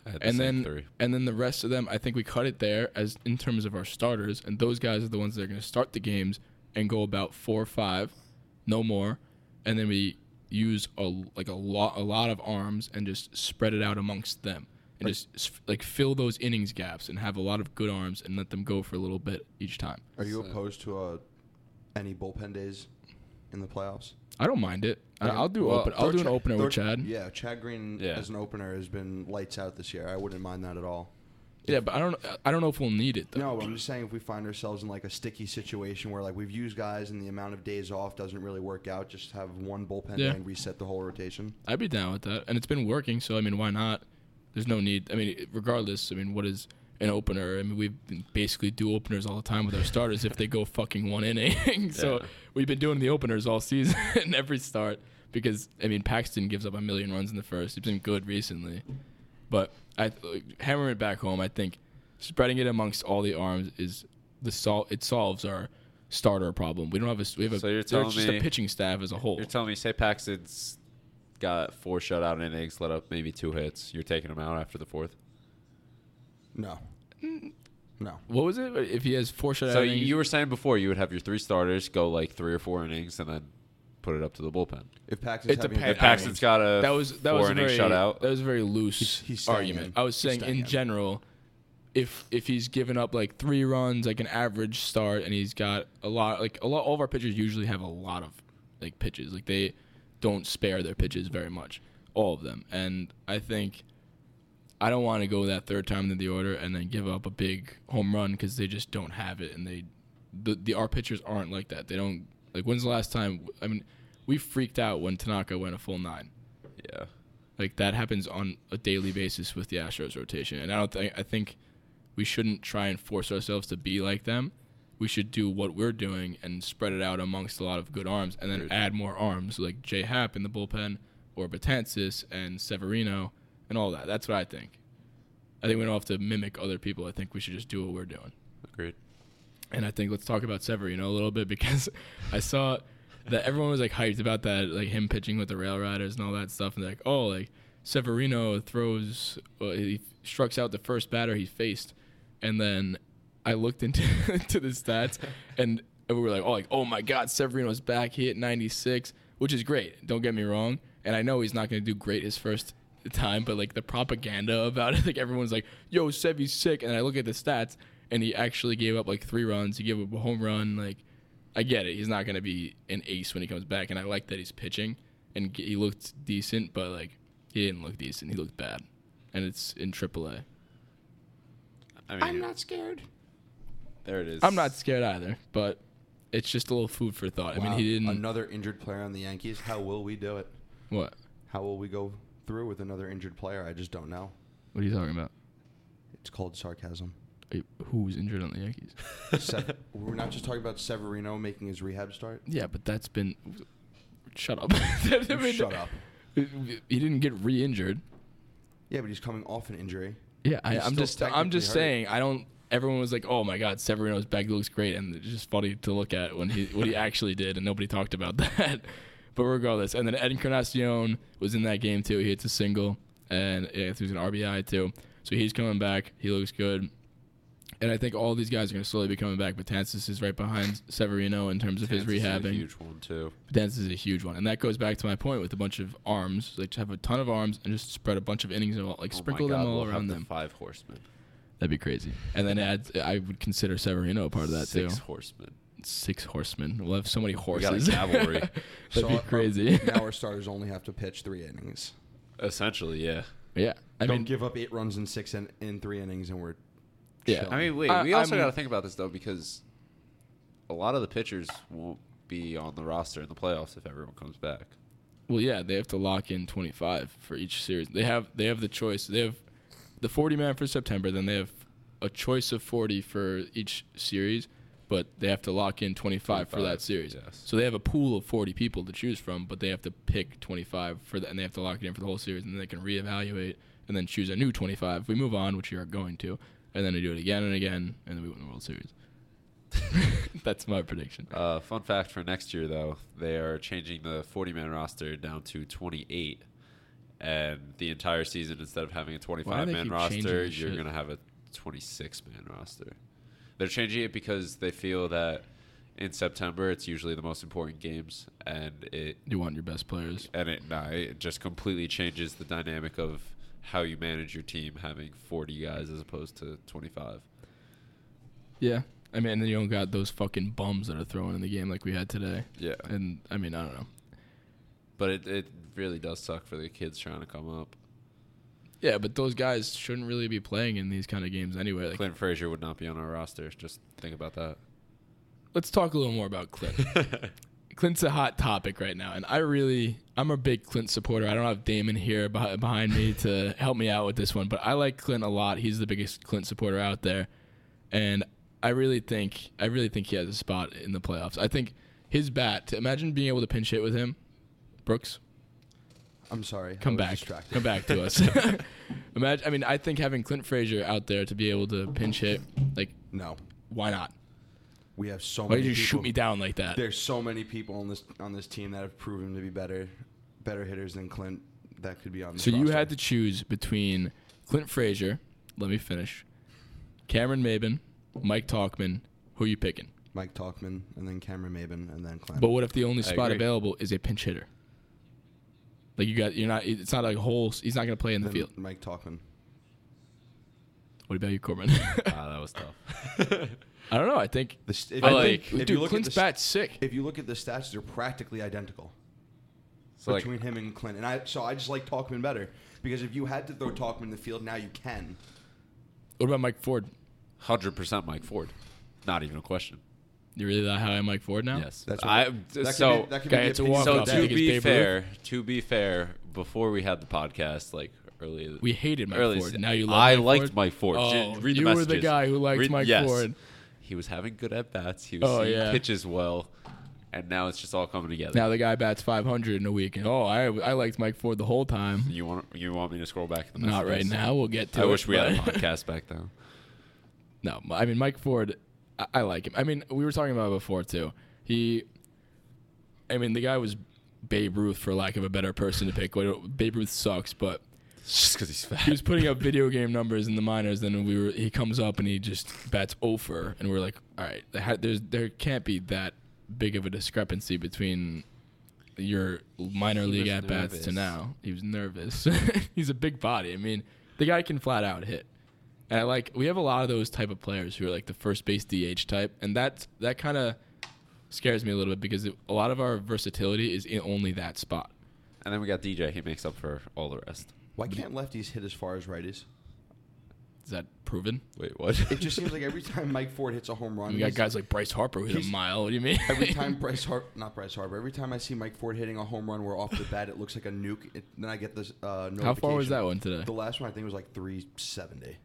[SPEAKER 6] I had the
[SPEAKER 5] and
[SPEAKER 6] same
[SPEAKER 5] then
[SPEAKER 6] three.
[SPEAKER 5] and then the rest of them. I think we cut it there as in terms of our starters, and those guys are the ones that are gonna start the games and go about four or five, no more, and then we use a like a lot a lot of arms and just spread it out amongst them and just s- like fill those innings gaps and have a lot of good arms and let them go for a little bit each time.
[SPEAKER 7] Are you opposed to uh, any bullpen days in the playoffs?
[SPEAKER 5] I don't mind it. I, I'll do
[SPEAKER 6] Well,
[SPEAKER 5] open. I'll
[SPEAKER 6] throw
[SPEAKER 5] do an
[SPEAKER 6] Chad-
[SPEAKER 5] opener with
[SPEAKER 7] Throw-
[SPEAKER 5] Chad.
[SPEAKER 7] Yeah, Chad Green
[SPEAKER 6] Yeah.
[SPEAKER 7] as an opener has been lights out this year. I wouldn't mind that at all.
[SPEAKER 5] Yeah, but I don't. I don't know if we'll need it though.
[SPEAKER 7] No, but I'm just saying if we find ourselves in like a sticky situation where like we've used guys and the amount of days off doesn't really work out, just have one bullpen
[SPEAKER 5] Yeah.
[SPEAKER 7] day and reset the whole rotation.
[SPEAKER 5] I'd be down with that, and it's been working. So I mean, why not? There's no need. I mean, it- regardless. I mean, what is an opener? I mean, we basically do openers all the time with our starters if they go fucking one inning. [laughs] so we've been doing the openers all season, [laughs] every start. Because I mean, Paxton gives up a million runs in the first. He's been good recently, but I hammer it back home. I think spreading it amongst all the arms is the sol- It solves our starter problem. We don't have a. s- We have a.
[SPEAKER 6] So you're
[SPEAKER 5] there's
[SPEAKER 6] telling
[SPEAKER 5] just
[SPEAKER 6] me-
[SPEAKER 5] a pitching staff as a whole.
[SPEAKER 6] You're telling me, say Paxton's got four shutout innings, let up maybe two hits. You're taking him out after the fourth.
[SPEAKER 7] No.
[SPEAKER 5] Mm.
[SPEAKER 7] No.
[SPEAKER 5] What was it? If he has four shutout
[SPEAKER 6] So
[SPEAKER 5] innings-
[SPEAKER 6] you were saying before you would have your three starters go like three or four innings and then put it up to the bullpen.
[SPEAKER 7] If Paxton's
[SPEAKER 5] It
[SPEAKER 7] having a
[SPEAKER 5] depends.
[SPEAKER 7] good
[SPEAKER 6] If
[SPEAKER 5] I
[SPEAKER 6] Paxton's
[SPEAKER 5] mean,
[SPEAKER 6] got a
[SPEAKER 5] that was that
[SPEAKER 6] four
[SPEAKER 5] was a
[SPEAKER 6] inning
[SPEAKER 5] very
[SPEAKER 6] shutout,
[SPEAKER 5] that was a very loose
[SPEAKER 7] he's staying
[SPEAKER 5] argument.
[SPEAKER 7] in.
[SPEAKER 5] I was
[SPEAKER 7] He's
[SPEAKER 5] saying
[SPEAKER 7] staying
[SPEAKER 5] in
[SPEAKER 7] in.
[SPEAKER 5] general, if if he's given up like three runs, like an average start, and he's got a lot, like a lot, all of our pitchers usually have a lot of like pitches. Like they don't spare their pitches very much, all of them. And I think I don't want to go that third time into the order and then give up a big home run because they just don't have it, and they the the our pitchers aren't like that. They don't like. When's the last time? I mean, we freaked out when Tanaka went a full nine.
[SPEAKER 6] yeah.
[SPEAKER 5] Like that happens on a daily basis with the Astros rotation, and I don't think I think we shouldn't try and force ourselves to be like them. We should do what we're doing and spread it out amongst a lot of good arms, and then add more arms like J Hap in the bullpen, or Batansis and Severino, and all that. That's what I think. I think we don't have to mimic other people. I think we should just do what we're doing.
[SPEAKER 6] Agreed.
[SPEAKER 5] And I think let's talk about Severino a little bit [laughs] because I saw that everyone was like hyped about that, like him pitching with the Rail Riders and all that stuff, and they're like, oh, like Severino throws, well, he strikes out the first batter he faced, and then I looked into [laughs] to the stats, and we were like, oh, like oh my God, Severino's back. He hit 96, which is great. Don't get me wrong, and I know he's not going to do great his first time, but like the propaganda about it, [laughs] like everyone's like, yo, Sevy's sick, and I look at the stats, and he actually gave up like three runs. He gave up a home run, like. I get it. He's not going to be an ace when he comes back, and I like that he's pitching and g- he looked decent, but like he didn't look decent. He looked bad, and it's in AAA.
[SPEAKER 6] I mean, I'm not scared. There it is.
[SPEAKER 5] I'm not scared either, but it's just a little food for thought. I mean,
[SPEAKER 7] Wow.
[SPEAKER 5] he didn't.
[SPEAKER 7] another injured player on the Yankees. How will we do it?
[SPEAKER 5] what?
[SPEAKER 7] How will we go through with another injured player? I just don't know.
[SPEAKER 5] What are you talking about?
[SPEAKER 7] It's called
[SPEAKER 5] [laughs]
[SPEAKER 7] sarcasm.
[SPEAKER 5] Are you- Who's injured on the Yankees? [laughs]
[SPEAKER 7] Se- we're not just talking about Severino making his rehab start.
[SPEAKER 5] yeah, but that's been. Shut up. [laughs] I mean,
[SPEAKER 7] Shut up.
[SPEAKER 5] [laughs] He didn't get re-injured.
[SPEAKER 7] Yeah, but he's coming off an injury.
[SPEAKER 5] Yeah, I,
[SPEAKER 7] He's
[SPEAKER 5] I'm
[SPEAKER 7] still
[SPEAKER 5] just I'm just
[SPEAKER 7] technically hurt.
[SPEAKER 5] saying I don't. Everyone was like, "Oh my God, Severino's bag looks great," and it's just funny to look at when he
[SPEAKER 6] [laughs]
[SPEAKER 5] what he actually did, and nobody talked about [laughs] that. but regardless, and then Ed Encarnacion was in that game too. He hits a single, and yeah, he was an RBI too. So he's coming back. He looks good. And I think all these guys are going to slowly be coming back. Batansis is right behind Severino in terms of his
[SPEAKER 6] Kansas is a
[SPEAKER 5] rehabbing.
[SPEAKER 6] huge one too.
[SPEAKER 5] Dance is a huge one, and that goes back to my point with a bunch of arms. Like to have a ton of arms and just spread a bunch of innings, and all, like
[SPEAKER 6] Oh my
[SPEAKER 5] sprinkle
[SPEAKER 6] God,
[SPEAKER 5] them all
[SPEAKER 6] we'll have
[SPEAKER 5] around
[SPEAKER 6] the
[SPEAKER 5] them.
[SPEAKER 6] Five horsemen.
[SPEAKER 5] That'd be crazy. And then add, I would consider Severino a part of that
[SPEAKER 6] Six
[SPEAKER 5] too.
[SPEAKER 6] horsemen.
[SPEAKER 5] Six horsemen. We'll have so many
[SPEAKER 6] We got a
[SPEAKER 5] horses. [laughs]
[SPEAKER 6] cavalry. um,
[SPEAKER 5] That'd
[SPEAKER 7] So
[SPEAKER 5] be
[SPEAKER 7] our-
[SPEAKER 5] crazy.
[SPEAKER 7] now our starters only have to pitch three innings.
[SPEAKER 6] Essentially, yeah.
[SPEAKER 5] [laughs] yeah. I
[SPEAKER 7] don't
[SPEAKER 5] mean,
[SPEAKER 7] give up eight runs in six in, in three innings, and we're
[SPEAKER 5] yeah.
[SPEAKER 6] Uh, I mean, wait.
[SPEAKER 5] I-
[SPEAKER 6] we also
[SPEAKER 5] I'm-
[SPEAKER 6] got to think about this though, because a lot of the pitchers won't be on the roster in the playoffs if everyone comes back.
[SPEAKER 5] well, yeah, they have to lock in 25 for each series. They have they have the choice. They have the 40 man for September. Then they have a choice of 40 for each series, but they have to lock in 25 for that
[SPEAKER 6] 25,
[SPEAKER 5] series.
[SPEAKER 6] yes.
[SPEAKER 5] So they have a pool of 40 people to choose from, but they have to pick 25 for that, and they have to lock it in for the whole series, and then they can reevaluate and then choose a new 25. We move on, which we are going to, and then we do it again and again, and then we win the World Series. [laughs] That's my prediction.
[SPEAKER 6] Uh, fun fact for next year, though, they are changing the 40 man roster down to 28. And the entire season, instead of having a 25 man
[SPEAKER 5] keep changing
[SPEAKER 6] roster,
[SPEAKER 5] this
[SPEAKER 6] you're
[SPEAKER 5] shit?
[SPEAKER 6] going to have a 26 man roster. They're changing it because they feel that in September, it's usually the most important games. And it,
[SPEAKER 5] You want your best players.
[SPEAKER 6] and it, nah, it just completely changes the dynamic of how you manage your team having 40 guys as opposed to 25.
[SPEAKER 5] Yeah. I mean, and then you don't got those fucking bums that are throwing in the game like we had today.
[SPEAKER 6] Yeah.
[SPEAKER 5] And I mean, I don't know.
[SPEAKER 6] But it, it really does suck for the kids trying to come up.
[SPEAKER 5] Yeah, but those guys shouldn't really be playing in these kind of games anyway. Like,
[SPEAKER 6] Clint Frazier would not be on our roster. Just think about
[SPEAKER 5] [laughs]
[SPEAKER 6] that.
[SPEAKER 5] let's talk a little more about [laughs] Clint. Clint's a hot topic right now, and I really, I'm a big Clint supporter. I don't have Damon here beh- behind me to [laughs] help me out with this one, but I like Clint a lot. He's the biggest Clint supporter out there, and I really think, I really think he has a spot in the playoffs. I think his bat. To imagine being able to pinch hit with him, Brooks.
[SPEAKER 7] I'm sorry. I
[SPEAKER 5] come
[SPEAKER 7] was
[SPEAKER 5] back,
[SPEAKER 7] distracted.
[SPEAKER 5] come back to
[SPEAKER 7] [laughs]
[SPEAKER 5] us. [laughs] imagine, I mean, I think having Clint Frazier out there to be able to pinch hit, like,
[SPEAKER 7] No,
[SPEAKER 5] why not?
[SPEAKER 7] we have so
[SPEAKER 5] Why
[SPEAKER 7] many.
[SPEAKER 5] did you shoot
[SPEAKER 7] people-
[SPEAKER 5] me down like that?
[SPEAKER 7] There's so many people on this on this team that have proven to be better, better hitters than Clint. That could be on. This
[SPEAKER 5] So you
[SPEAKER 7] roster.
[SPEAKER 5] had to choose between Clint Frazier, let me finish, Cameron Maben, Mike Talkman. Who are you picking?
[SPEAKER 7] Mike Talkman and then Cameron Maben and then Clint.
[SPEAKER 5] But what if the only spot
[SPEAKER 6] agree.
[SPEAKER 5] available is a pinch hitter? Like you got, you're not. It's not a whole. He's not going to play in the
[SPEAKER 7] then [laughs]
[SPEAKER 5] field.
[SPEAKER 7] Mike Talkman.
[SPEAKER 5] What about you, Corbin? [laughs]
[SPEAKER 6] Ah, that was tough.
[SPEAKER 5] I don't know. I think.
[SPEAKER 7] The st- if
[SPEAKER 5] I
[SPEAKER 7] you look-
[SPEAKER 5] like,
[SPEAKER 7] if you
[SPEAKER 5] dude,
[SPEAKER 7] look at
[SPEAKER 5] Clint's
[SPEAKER 7] the st-
[SPEAKER 5] bat's sick.
[SPEAKER 7] If you look at the stats, they're practically identical
[SPEAKER 6] So like,
[SPEAKER 7] between him and Clint. And I so I just like Talkman better because if you had to throw Talkman in the field, now you can.
[SPEAKER 5] What about Mike Ford?
[SPEAKER 6] hundred percent Mike Ford. Not even a question.
[SPEAKER 5] You really that high on Mike Ford now?
[SPEAKER 6] Yes,
[SPEAKER 7] That's
[SPEAKER 6] I.
[SPEAKER 7] that could
[SPEAKER 6] so
[SPEAKER 7] be, that could
[SPEAKER 5] okay,
[SPEAKER 7] be the
[SPEAKER 5] it's a
[SPEAKER 7] opinion
[SPEAKER 5] walk-off.
[SPEAKER 6] so
[SPEAKER 7] of the day.
[SPEAKER 6] to
[SPEAKER 5] Big as
[SPEAKER 6] be
[SPEAKER 5] Babe
[SPEAKER 6] fair, to be fair, before we had the podcast, like early,
[SPEAKER 5] We hated Mike
[SPEAKER 6] early
[SPEAKER 5] Ford.
[SPEAKER 6] se-
[SPEAKER 5] Now you love
[SPEAKER 6] I
[SPEAKER 5] Mike
[SPEAKER 6] liked
[SPEAKER 5] Ford?
[SPEAKER 6] Mike Ford.
[SPEAKER 5] Oh,
[SPEAKER 6] Ju- read the
[SPEAKER 5] you were the
[SPEAKER 6] messages.
[SPEAKER 5] guy who liked
[SPEAKER 6] Read-
[SPEAKER 5] Mike
[SPEAKER 6] yes.
[SPEAKER 5] Ford.
[SPEAKER 6] He was having good at bats. He was
[SPEAKER 5] Oh,
[SPEAKER 6] seeing
[SPEAKER 5] yeah.
[SPEAKER 6] pitches well, and now it's just all coming together.
[SPEAKER 5] Now the guy bats 500 in a week, and oh, I I liked Mike Ford the whole time.
[SPEAKER 6] you want you want me to scroll back? In the
[SPEAKER 5] Not right
[SPEAKER 6] messages?
[SPEAKER 5] now. We'll get to.
[SPEAKER 6] I
[SPEAKER 5] it,
[SPEAKER 6] wish we had a
[SPEAKER 5] but-
[SPEAKER 6] podcast back then. [laughs]
[SPEAKER 5] No, I mean Mike Ford. I, I like him. I mean, we were talking about it before too. He, I mean, the guy was Babe Ruth for lack of a better person to pick. Babe Ruth sucks, but
[SPEAKER 6] Just because he's fat.
[SPEAKER 5] he was putting up video game numbers in the minors. Then we were he comes up and he just bats over, and we're like, all right, there ha- there's there can't be that big of a discrepancy between your minor league
[SPEAKER 6] was
[SPEAKER 5] at bats to
[SPEAKER 6] nervous.
[SPEAKER 5] now. He was nervous. [laughs] He's a big body. I mean, the guy can flat out hit. And I like we have a lot of those type of players who are like the first base DH type, and that that kind of scares me a little bit because it- a lot of our versatility is in only that spot.
[SPEAKER 6] And then we got DJ. He makes up for all the rest.
[SPEAKER 7] Why can't lefties hit as far as righties?
[SPEAKER 5] Is that proven?
[SPEAKER 6] Wait, what?
[SPEAKER 7] It just seems like every time Mike Ford hits a home run,
[SPEAKER 5] We got
[SPEAKER 7] he's-
[SPEAKER 5] guys like Bryce Harper who hit a
[SPEAKER 7] he's-
[SPEAKER 5] mile. What do you mean? [laughs]
[SPEAKER 7] Every time Bryce Har- not Bryce Harper, every time I see Mike Ford hitting a home run where off the bat it looks like a nuke, it, then I get this uh, notification.
[SPEAKER 5] How far was that one today?
[SPEAKER 7] The last one I think was like 370.
[SPEAKER 5] It,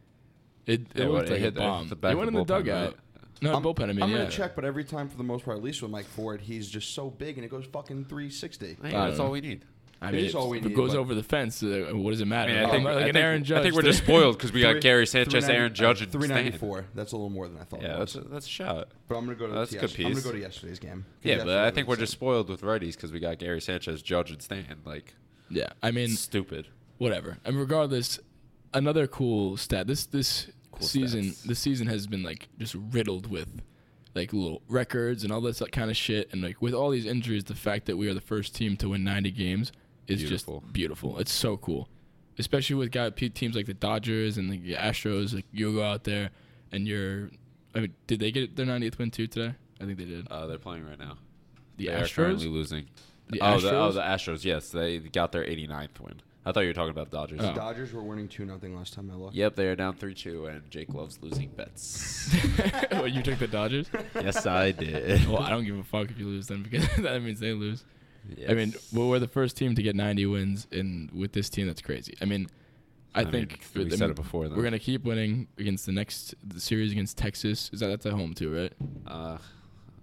[SPEAKER 5] it
[SPEAKER 6] Yeah, well,
[SPEAKER 5] looked
[SPEAKER 6] it
[SPEAKER 5] like a
[SPEAKER 6] hit the-
[SPEAKER 5] bomb.
[SPEAKER 6] the
[SPEAKER 5] It
[SPEAKER 6] back
[SPEAKER 5] went
[SPEAKER 6] of
[SPEAKER 5] in
[SPEAKER 6] the
[SPEAKER 5] the
[SPEAKER 6] bullpen,
[SPEAKER 5] dugout.
[SPEAKER 6] right?
[SPEAKER 5] No, bullpen. I mean,
[SPEAKER 7] I'm
[SPEAKER 5] yeah.
[SPEAKER 7] gonna check, but every time for the most part, at least with Mike Ford, he's just so big and it goes fucking 360.
[SPEAKER 6] Hey,
[SPEAKER 5] I don't
[SPEAKER 6] Uh, that's
[SPEAKER 5] know.
[SPEAKER 6] all we need.
[SPEAKER 5] uh, I
[SPEAKER 7] It
[SPEAKER 5] mean,
[SPEAKER 7] is
[SPEAKER 5] if
[SPEAKER 7] all we
[SPEAKER 5] if it
[SPEAKER 7] need,
[SPEAKER 5] goes
[SPEAKER 7] but-
[SPEAKER 5] over the fence, uh, what does it matter?
[SPEAKER 6] I
[SPEAKER 5] I'm
[SPEAKER 6] think-
[SPEAKER 5] like
[SPEAKER 6] I
[SPEAKER 5] an
[SPEAKER 6] think-
[SPEAKER 5] Aaron Judge.
[SPEAKER 6] I think we're just
[SPEAKER 5] to-
[SPEAKER 6] spoiled because we got
[SPEAKER 7] Three-
[SPEAKER 6] Gary Sanchez,
[SPEAKER 7] 390
[SPEAKER 6] Aaron Judge, and
[SPEAKER 7] three ninety
[SPEAKER 6] Stan.
[SPEAKER 7] four. That's a little more than I thought.
[SPEAKER 6] Yeah,
[SPEAKER 7] it was.
[SPEAKER 6] that's a, that's a shot.
[SPEAKER 7] but I'm gonna go to
[SPEAKER 6] that's a
[SPEAKER 7] the
[SPEAKER 6] good
[SPEAKER 7] yes- I'm gonna
[SPEAKER 6] piece.
[SPEAKER 7] go to yesterday's game. 'cause
[SPEAKER 6] Yeah, but
[SPEAKER 7] yesterday
[SPEAKER 6] I
[SPEAKER 7] was
[SPEAKER 6] think we're just
[SPEAKER 7] insane.
[SPEAKER 6] spoiled with righties because we got Gary Sanchez, Judge, and Stan. Like,
[SPEAKER 5] [laughs] yeah, I mean,
[SPEAKER 6] stupid.
[SPEAKER 5] whatever. I mean, regardless, another cool stat. This this season,
[SPEAKER 6] stats.
[SPEAKER 5] this season has been like just riddled with like little records and all this kind of shit. And like with all these injuries, the fact that we are the first team to win 90 games is
[SPEAKER 6] Beautiful.
[SPEAKER 5] just beautiful. It's so cool, especially with guy pe- teams like the Dodgers and the Astros. Like you go out there and you're. I mean, did they get their 90th win too today? I think they did.
[SPEAKER 6] Uh, they're playing right now.
[SPEAKER 5] The
[SPEAKER 6] they are currently
[SPEAKER 5] Astros.
[SPEAKER 6] losing.
[SPEAKER 5] The
[SPEAKER 6] oh, The, oh,
[SPEAKER 5] Astros?
[SPEAKER 6] the Astros. Yes, they got their 89th win. I thought you were talking about the Dodgers.
[SPEAKER 5] Oh.
[SPEAKER 7] Dodgers were winning two nothing last time I looked.
[SPEAKER 6] Yep, they are down 3 2, and Jake loves losing
[SPEAKER 5] [laughs]
[SPEAKER 6] bets.
[SPEAKER 5] [laughs] What, you took
[SPEAKER 6] [laughs]
[SPEAKER 5] the Dodgers.
[SPEAKER 6] yes, I did.
[SPEAKER 5] Well, I don't give a fuck if you lose them because [laughs] that means they lose. I mean,
[SPEAKER 6] Yes.
[SPEAKER 5] well, we're the first team to get 90 wins, and with this team, that's crazy. I mean, I,
[SPEAKER 6] I mean,
[SPEAKER 5] think
[SPEAKER 6] we
[SPEAKER 5] I
[SPEAKER 6] said
[SPEAKER 5] mean,
[SPEAKER 6] it before, though.
[SPEAKER 5] We're gonna keep winning against the next the series against Texas. Is that that's at home too, right?
[SPEAKER 6] Uh,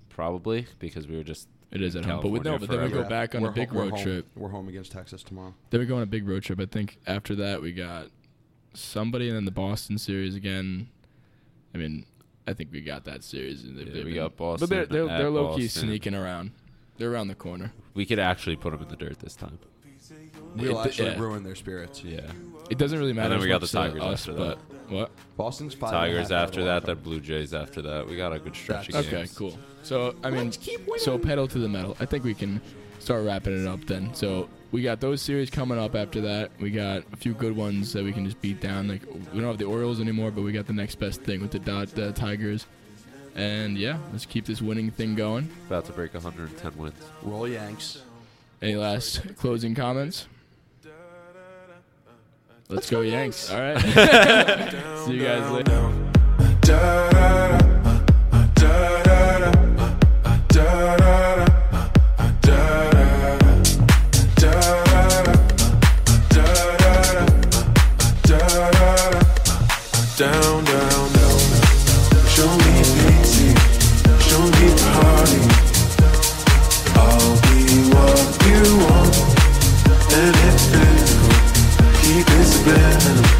[SPEAKER 6] probably because we were just
[SPEAKER 5] It is
[SPEAKER 6] in
[SPEAKER 5] at home, but we- no,
[SPEAKER 6] California
[SPEAKER 5] but then we
[SPEAKER 6] forever.
[SPEAKER 5] go back on
[SPEAKER 7] We're
[SPEAKER 5] a big
[SPEAKER 7] ho- we're
[SPEAKER 5] road
[SPEAKER 7] home-
[SPEAKER 5] trip.
[SPEAKER 7] We're home against Texas tomorrow.
[SPEAKER 5] Then we go on a big road trip. I think after that we got somebody, and then the Boston series again. I mean, I think we got that series. and they've-
[SPEAKER 6] Yeah,
[SPEAKER 5] they've
[SPEAKER 6] we
[SPEAKER 5] been-
[SPEAKER 6] got Boston
[SPEAKER 5] but they're they're,
[SPEAKER 6] at
[SPEAKER 5] they're low key
[SPEAKER 6] Boston.
[SPEAKER 5] sneaking around. They're around the corner.
[SPEAKER 6] We could actually put them in the dirt this time.
[SPEAKER 7] We'll
[SPEAKER 5] It-
[SPEAKER 7] actually
[SPEAKER 5] yeah.
[SPEAKER 7] ruin their spirits.
[SPEAKER 6] Yeah.
[SPEAKER 5] It doesn't really matter.
[SPEAKER 6] then
[SPEAKER 5] as
[SPEAKER 6] we got
[SPEAKER 5] much
[SPEAKER 6] the
[SPEAKER 5] to
[SPEAKER 6] Tigers
[SPEAKER 5] us,
[SPEAKER 6] after that.
[SPEAKER 5] but- what?
[SPEAKER 7] Boston's five. and a half
[SPEAKER 6] Tigers
[SPEAKER 7] out of
[SPEAKER 6] after
[SPEAKER 7] the
[SPEAKER 6] that,
[SPEAKER 7] wild
[SPEAKER 6] then
[SPEAKER 7] card.
[SPEAKER 6] Blue Jays after that. We got a good stretch of
[SPEAKER 7] That's-
[SPEAKER 5] Okay,
[SPEAKER 6] games.
[SPEAKER 5] cool. So I mean, so pedal to the metal. I think we can start wrapping it up then. So we got those series coming up after that. We got a few good ones that we can just beat down. Like we don't have the Orioles anymore, but we got the next best thing with the Dod- the Tigers. And yeah, let's keep this winning thing going.
[SPEAKER 6] About to break 110 wins.
[SPEAKER 7] Roll Yanks.
[SPEAKER 5] Any last closing comments? Let's go Yanks. All right. [laughs] See you guys later.
[SPEAKER 3] Down, down, down. Show me pity, show me party. I'll be what you want, and it's physical. Keep it subliminal.